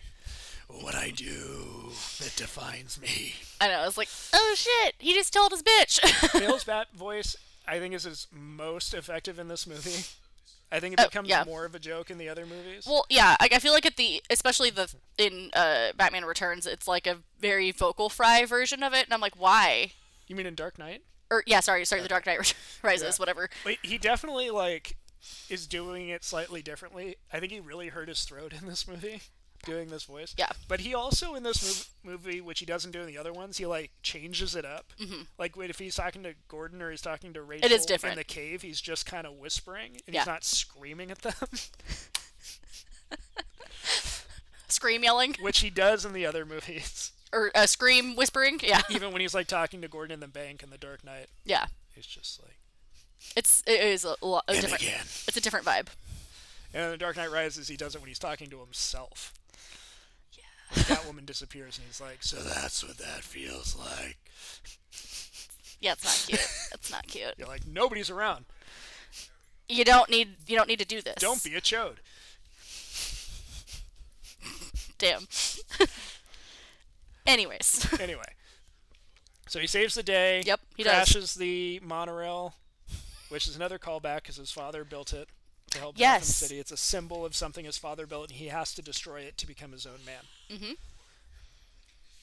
Speaker 1: What I do that defines me.
Speaker 2: I know. I was like, oh shit, he just told his bitch.
Speaker 1: Bale's bat voice, I think, is his most effective in this movie. I think it
Speaker 2: Oh,
Speaker 1: becomes
Speaker 2: yeah.
Speaker 1: more of a joke in the other movies.
Speaker 2: well, yeah. Like I feel like at the, especially the in uh, Batman Returns, it's like a very vocal fry version of it, and I'm like, why?
Speaker 1: you mean in Dark Knight?
Speaker 2: or yeah, sorry, sorry, The Dark Knight Rises,
Speaker 1: Yeah.
Speaker 2: whatever.
Speaker 1: But he definitely like is doing it slightly differently. I think he really hurt his throat in this movie doing this voice.
Speaker 2: Yeah.
Speaker 1: But he also in this mov- movie, which he doesn't do in the other ones, he like changes it up. Mm-hmm. Like wait, if he's talking to Gordon or he's talking to Rachel
Speaker 2: different.
Speaker 1: in the cave, he's just kind of whispering and
Speaker 2: Yeah.
Speaker 1: he's not screaming at them,
Speaker 2: Scream yelling
Speaker 1: which he does in the other movies.
Speaker 2: or uh, scream whispering. Yeah,
Speaker 1: Even when he's like talking to Gordon in the bank in The Dark Knight,
Speaker 2: yeah.
Speaker 1: he's just like
Speaker 2: It's it is a, lo- a
Speaker 1: "Him
Speaker 2: different.
Speaker 1: again.
Speaker 2: It's a different vibe.
Speaker 1: And in The Dark Knight Rises, he does it when he's talking to himself. Yeah. Catwoman disappears, and he's like, "So that's what that feels like."
Speaker 2: Yeah, it's not cute. it's not cute.
Speaker 1: You're like, "Nobody's around.
Speaker 2: You don't need you don't need to do this.
Speaker 1: Don't be a chode."
Speaker 2: Damn. Anyways,
Speaker 1: Anyway, so he saves the day.
Speaker 2: Yep, he does.
Speaker 1: crashes the monorail, which is another callback because his father built it to help Gotham
Speaker 2: Yes.
Speaker 1: City. It's a symbol of something his father built, and he has to destroy it to become his own man. Mm-hmm.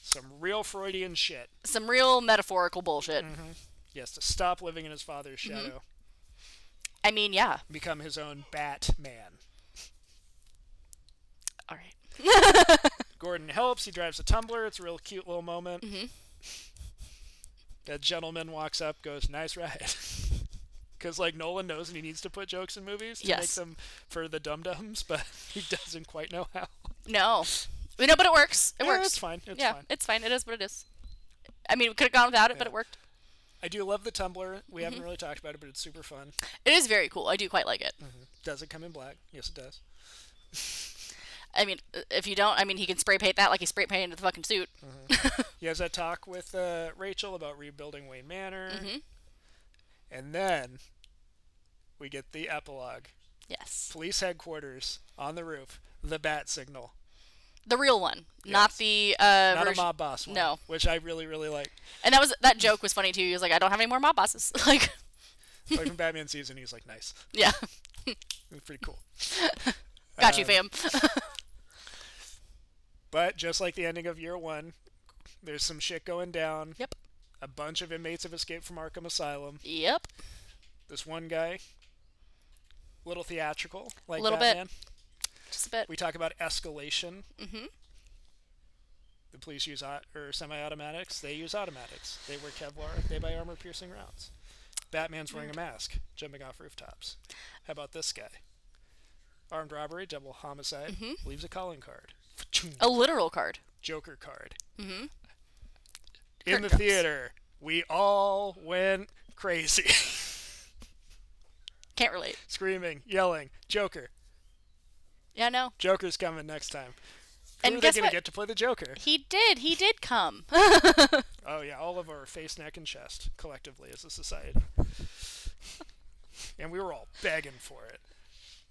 Speaker 1: Some real Freudian shit.
Speaker 2: some real metaphorical bullshit.
Speaker 1: Mm-hmm. He has to stop living in his father's
Speaker 2: Mm-hmm.
Speaker 1: shadow.
Speaker 2: I mean, yeah.
Speaker 1: become his own Batman.
Speaker 2: All right.
Speaker 1: Gordon helps. He drives a tumbler. It's a real cute little moment.
Speaker 2: Mm-hmm.
Speaker 1: That gentleman walks up, goes, "Nice ride," because like Nolan knows and he needs to put jokes in movies to make
Speaker 2: Yes.
Speaker 1: them for the dum dums, but he doesn't quite know how.
Speaker 2: No. We know, but it works. It
Speaker 1: Yeah,
Speaker 2: works.
Speaker 1: It's fine. It's
Speaker 2: yeah,
Speaker 1: fine.
Speaker 2: it's fine. It is what it is. I mean, we could have gone without it, but
Speaker 1: Yeah.
Speaker 2: it worked.
Speaker 1: I do love the tumbler. We
Speaker 2: Mm-hmm.
Speaker 1: haven't really talked about it, but it's super fun.
Speaker 2: It is very cool. I do quite like it.
Speaker 1: Does it come in black? Yes, it does.
Speaker 2: I mean, uh, if you don't, I mean, he can spray paint that like he spray painted the fucking suit.
Speaker 1: He has that talk with uh, Rachel about rebuilding Wayne Manor,
Speaker 2: Mm-hmm.
Speaker 1: and then we get the epilogue.
Speaker 2: Yes.
Speaker 1: police headquarters on the roof, the bat signal.
Speaker 2: The real one, not
Speaker 1: Yes.
Speaker 2: the uh
Speaker 1: Not a
Speaker 2: version-
Speaker 1: mob boss one.
Speaker 2: No.
Speaker 1: Which I really, really like.
Speaker 2: And that was that joke was funny too. He was like, "I don't have any more mob bosses." like,
Speaker 1: Like from Batman season, he's like, nice.
Speaker 2: yeah.
Speaker 1: It's pretty cool.
Speaker 2: Got
Speaker 1: Uh,
Speaker 2: you, fam.
Speaker 1: But just like the ending of year one, there's some shit going down.
Speaker 2: yep.
Speaker 1: A bunch of inmates have escaped from Arkham Asylum.
Speaker 2: Yep.
Speaker 1: This one guy, little theatrical, like
Speaker 2: Little bit.
Speaker 1: Batman.
Speaker 2: Just a bit.
Speaker 1: We talk about escalation. Mm-hmm. The police use au- or semi-automatics. They use automatics. They wear Kevlar. They buy armor-piercing rounds. Batman's
Speaker 2: Mm.
Speaker 1: wearing a mask, jumping off rooftops. How about this guy? Armed robbery, double homicide.
Speaker 2: Mm-hmm.
Speaker 1: Leaves a calling card.
Speaker 2: a literal card.
Speaker 1: Joker card. Mm-hmm.
Speaker 2: Curtain
Speaker 1: In the
Speaker 2: cuts.
Speaker 1: theater, we all went crazy,
Speaker 2: Can't relate.
Speaker 1: screaming, yelling, Joker.
Speaker 2: Yeah, no.
Speaker 1: Joker's coming next time. Who
Speaker 2: And
Speaker 1: are
Speaker 2: guess
Speaker 1: they gonna
Speaker 2: what?
Speaker 1: get to play the Joker?
Speaker 2: He did. He did come.
Speaker 1: Oh yeah, all of our face, neck, and chest collectively as a society, and we were all begging for it.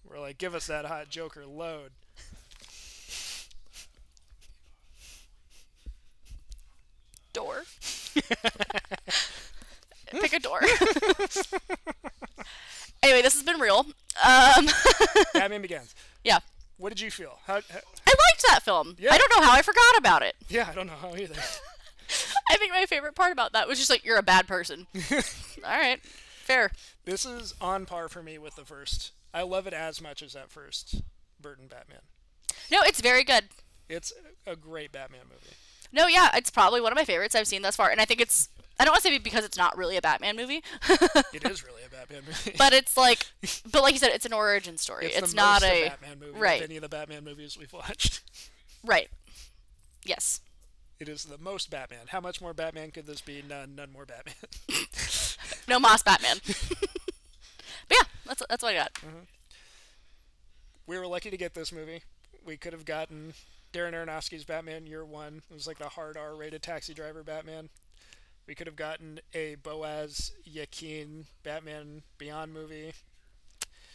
Speaker 1: We're like, give us that hot Joker load.
Speaker 2: door. Pick a door. anyway, this has been real. Um,
Speaker 1: Batman Begins.
Speaker 2: yeah.
Speaker 1: What did you feel? How, how,
Speaker 2: I liked that film.
Speaker 1: Yeah.
Speaker 2: I don't know how I forgot about it.
Speaker 1: yeah, I don't know how either.
Speaker 2: I think my favorite part about that was just like, you're a bad person. All right. Fair.
Speaker 1: This is on par for me with the first. I love it as much as that first Burton Batman.
Speaker 2: No, it's very good.
Speaker 1: It's a great Batman movie.
Speaker 2: No, yeah, it's probably one of my favorites I've seen thus far. And I think it's, I don't want to say because it's not really a Batman movie,
Speaker 1: It is really a Batman movie.
Speaker 2: but it's like, but like you said, it's an origin story. It's,
Speaker 1: it's the
Speaker 2: not
Speaker 1: most
Speaker 2: a,
Speaker 1: Batman movie
Speaker 2: right.
Speaker 1: of any of the Batman movies we've watched.
Speaker 2: right. Yes.
Speaker 1: It is the most Batman. How much more Batman could this be? None. None more Batman.
Speaker 2: No Moss Batman. but yeah, that's that's what I got.
Speaker 1: we were lucky to get this movie. We could have gotten Darren Aronofsky's Batman Year One. It was like the hard R-rated Taxi Driver Batman. We could have gotten a Boaz Yakin Batman Beyond movie.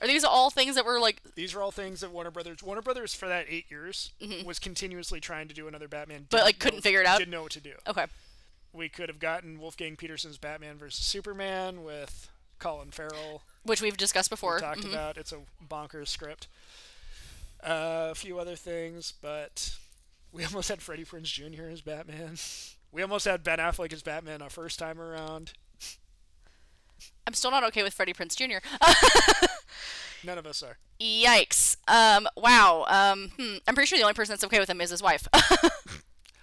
Speaker 2: Are these all things that were like
Speaker 1: These are all things that Warner Brothers, Warner Brothers for that eight years, was continuously trying to do another Batman,
Speaker 2: Mm-hmm. But,
Speaker 1: didn't
Speaker 2: like, couldn't
Speaker 1: know-
Speaker 2: figure it out?
Speaker 1: Didn't know what to do.
Speaker 2: okay?
Speaker 1: We could have gotten Wolfgang Petersen's Batman versus Superman with Colin Farrell.
Speaker 2: Which we've discussed before.
Speaker 1: we talked
Speaker 2: Mhm.
Speaker 1: about. It's a bonkers script. Uh, a few other things, but we almost had Freddie Prinze Jr. as Batman. We almost had Ben Affleck as Batman our first time around.
Speaker 2: I'm still not okay with Freddie Prince Jr.
Speaker 1: None of us are.
Speaker 2: Yikes. Um, wow. Um, hmm. I'm pretty sure the only person that's okay with him is his wife.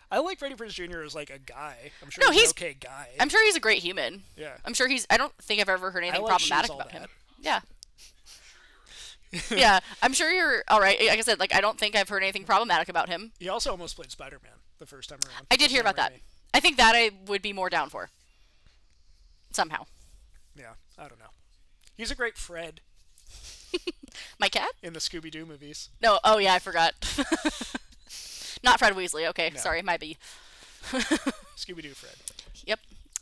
Speaker 1: I like Freddie Prince Jr. as like a guy. I'm sure
Speaker 2: No,
Speaker 1: he's,
Speaker 2: he's-
Speaker 1: an okay guy.
Speaker 2: I'm sure he's a great human.
Speaker 1: yeah.
Speaker 2: I'm sure he's. I don't think I've ever heard anything
Speaker 1: like she's
Speaker 2: problematic
Speaker 1: all
Speaker 2: about him.
Speaker 1: that.
Speaker 2: Yeah. yeah, I'm sure you're all right. Like I said, like I don't think I've heard anything problematic about him.
Speaker 1: He also almost played Spider Man the first time around.
Speaker 2: I did hear
Speaker 1: Sam
Speaker 2: about that.
Speaker 1: Raimi.
Speaker 2: I think that I would be more down for. Somehow,
Speaker 1: Yeah, I don't know. He's a great Fred
Speaker 2: my cat?
Speaker 1: in the Scooby Doo movies.
Speaker 2: No. Oh yeah, I forgot. Not Fred Weasley. Okay,
Speaker 1: No.
Speaker 2: sorry, my bee.
Speaker 1: Scooby Doo Fred.
Speaker 2: Yep.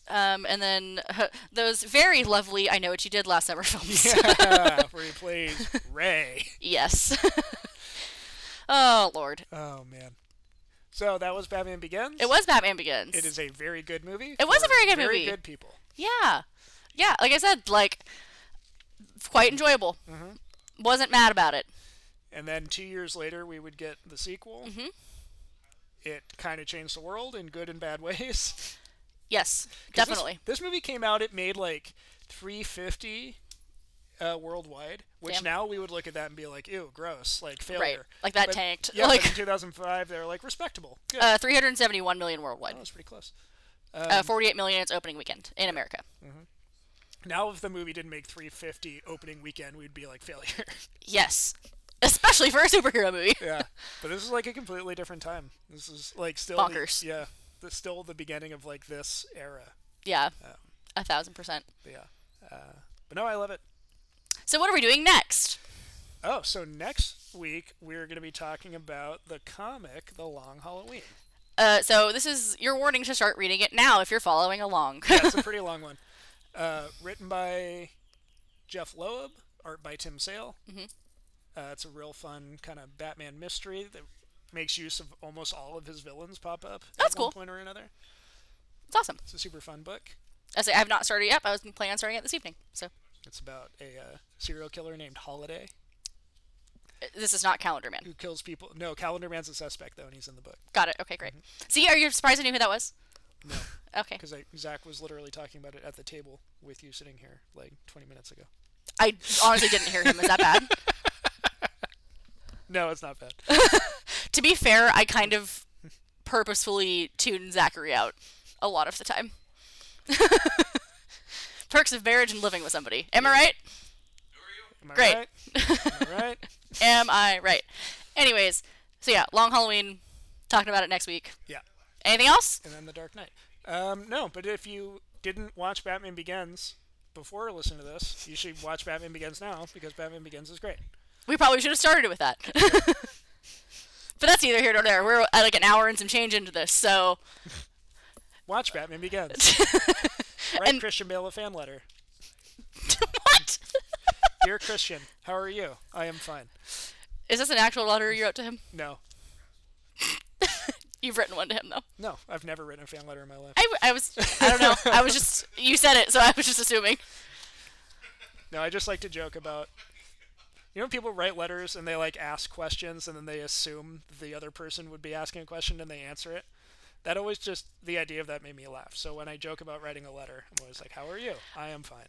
Speaker 2: Um, and then those very lovely "I Know What You Did Last Summer" films.
Speaker 1: Yeah, where he plays Ray.
Speaker 2: Yes. oh Lord,
Speaker 1: Oh man. So that was Batman Begins.
Speaker 2: it was Batman Begins.
Speaker 1: It is a very good movie.
Speaker 2: It was a
Speaker 1: for
Speaker 2: very good movie.
Speaker 1: Very good people.
Speaker 2: Yeah, yeah. Like I said, like quite enjoyable.
Speaker 1: Mm-hmm.
Speaker 2: Wasn't mad about it.
Speaker 1: And then two years later, we would get the sequel. Mm-hmm. It kind of changed the world in good and bad ways. 'Cause
Speaker 2: Yes,
Speaker 1: this-
Speaker 2: definitely.
Speaker 1: This, movie came out. It made like 350 uh, worldwide, which
Speaker 2: Damn.
Speaker 1: now we would look at that and be like, "Ew, gross!" Like failure.
Speaker 2: Like, that
Speaker 1: But-
Speaker 2: tanked.
Speaker 1: Yeah.
Speaker 2: Like-
Speaker 1: but in 2005, they were like respectable. Good.
Speaker 2: Uh, 371 million worldwide.
Speaker 1: that was pretty close. Oh.
Speaker 2: uh, 48 million in its opening weekend in America.
Speaker 1: Now, if the movie didn't make 350 opening weekend, we'd be like failure.
Speaker 2: Yes, especially for a superhero movie.
Speaker 1: yeah, but this is like a completely different time. This is like still
Speaker 2: Bonkers.
Speaker 1: The, yeah, the, still the beginning of like this era.
Speaker 2: Yeah, a thousand percent.
Speaker 1: But yeah, uh, but no, I love it.
Speaker 2: So what are we doing next?
Speaker 1: Oh, so next week we're going to be talking about the comic The Long Halloween.
Speaker 2: Uh, so this is your warning to start reading it now if you're following along.
Speaker 1: That's a pretty long one. Uh, written by Jeff Loeb, art by Tim Sale. Mm-hmm. Uh, it's a real fun kind of Batman mystery that makes use of almost all of his villains pop up
Speaker 2: That's
Speaker 1: at one
Speaker 2: cool.
Speaker 1: point or another.
Speaker 2: it's awesome.
Speaker 1: It's a super fun book.
Speaker 2: I say I've not started it yet. but I was planning on starting it this evening. So
Speaker 1: It's about a uh, serial killer named Holiday
Speaker 2: uh, this is not Calendar Man.
Speaker 1: who kills people. No, Calendar Man's a suspect though, and he's in the book.
Speaker 2: Got it. Okay, great. See, are you surprised I knew who that was?
Speaker 1: No,
Speaker 2: Okay.
Speaker 1: because Zach was literally talking about it at the table with you sitting here like 20 minutes ago.
Speaker 2: I honestly didn't hear him. Is that bad?
Speaker 1: No, it's not bad.
Speaker 2: to be fair, I kind of purposefully tune Zachary out a lot of the time. Perks of marriage and living with somebody. Am I right?
Speaker 3: Who are you?
Speaker 1: Am I
Speaker 2: Great.
Speaker 1: right? Am I right?
Speaker 2: Am I right? Anyways, so yeah, long Halloween. Talking about it next week.
Speaker 1: Yeah.
Speaker 2: Anything else?
Speaker 1: And then The Dark Knight. Um, no, but if you didn't watch Batman Begins before listening to this, you should watch Batman Begins now because Batman Begins is great.
Speaker 2: We probably should have started it with that. but that's neither here nor there. We're at like an hour and some change into this, so
Speaker 1: Watch Batman Begins. Write
Speaker 2: And-
Speaker 1: Christian Bale a fan letter.
Speaker 2: what?
Speaker 1: Dear Christian, how are you? I am fine.
Speaker 2: Is this an actual letter you wrote to him?
Speaker 1: No,
Speaker 2: You've written one to him though.
Speaker 1: no, I've never written a fan letter in my life.
Speaker 2: I, I was I don't know. I was just you said it, so I was just assuming.
Speaker 1: No, I just like to joke about. You know, people write letters and they like ask questions and then they assume the other person would be asking a question and they answer it. That always just the idea of that made me laugh. So when I joke about writing a letter, I'm always like, "How are you? I am fine."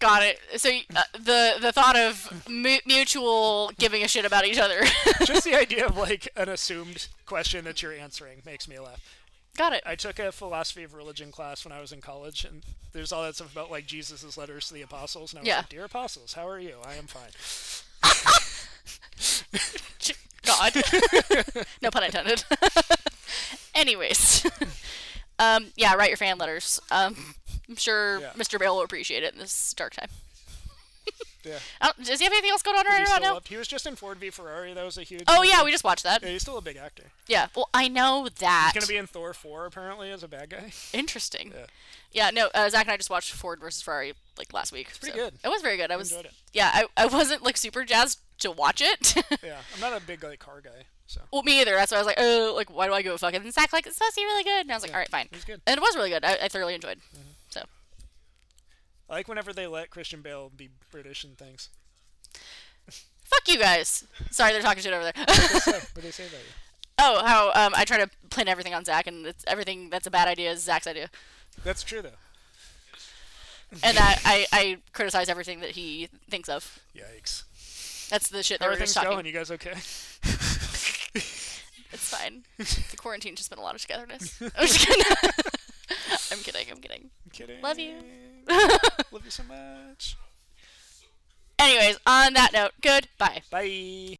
Speaker 2: Got it. So y- uh, the the thought of mu- mutual giving a shit about each other.
Speaker 1: Just the idea of like an assumed question that you're answering makes me laugh.
Speaker 2: Got it.
Speaker 1: I took a philosophy of religion class when I was in college, and there's all that stuff about like Jesus' letters to the apostles. And I was
Speaker 2: Yeah.
Speaker 1: like, "Dear apostles, how are you? I am fine."
Speaker 2: Ch- God. no pun intended. Anyways, um, yeah, write your fan letters. Um, I'm sure
Speaker 1: Yeah.
Speaker 2: Mr. Bale will appreciate it in this dark time.
Speaker 1: Yeah.
Speaker 2: I don't- does he have anything else going on right
Speaker 1: He's
Speaker 2: about
Speaker 1: still
Speaker 2: now?
Speaker 1: loved. He was just in Ford v Ferrari. That was a huge.
Speaker 2: Oh yeah, we just watched that.
Speaker 1: Yeah, he's still a big actor.
Speaker 2: Yeah. Well, I know that.
Speaker 1: He's gonna be in Thor four apparently as a bad guy.
Speaker 2: Interesting.
Speaker 1: Yeah.
Speaker 2: Yeah, no, uh, Zach and I just watched Ford versus Ferrari like last week. It's
Speaker 1: pretty good.
Speaker 2: It was very good. I was
Speaker 1: enjoyed it.
Speaker 2: yeah, I, I wasn't like super jazzed to watch it.
Speaker 1: Yeah, I'm not a big like car guy, so
Speaker 2: well, me either. That's why I was like, oh, like why do I give a fuck? And Zach like it's supposed to be really good, and I was like, all right, fine. It
Speaker 1: was good.
Speaker 2: and it was really good. I, I thoroughly enjoyed. So
Speaker 1: I like whenever they let Christian Bale be British and things.
Speaker 2: fuck you guys. Sorry, they're talking shit over there.
Speaker 1: What do they say about you?
Speaker 2: oh, how um, I try to pin everything on Zach, and it's everything that's a bad idea is Zach's idea.
Speaker 1: That's true though.
Speaker 2: and I, I, I criticize everything that he thinks of.
Speaker 1: Yikes.
Speaker 2: That's the shit that
Speaker 1: How
Speaker 2: we
Speaker 1: are
Speaker 2: we're just
Speaker 1: things
Speaker 2: talking.
Speaker 1: going? You guys okay?
Speaker 2: It's fine. the quarantine's just been a lot of togetherness. I'm just kidding. I'm kidding. I'm kidding.
Speaker 1: Kidding.
Speaker 2: Love you.
Speaker 1: Love you so much.
Speaker 2: Anyways, on that note, good. Bye.
Speaker 1: Bye.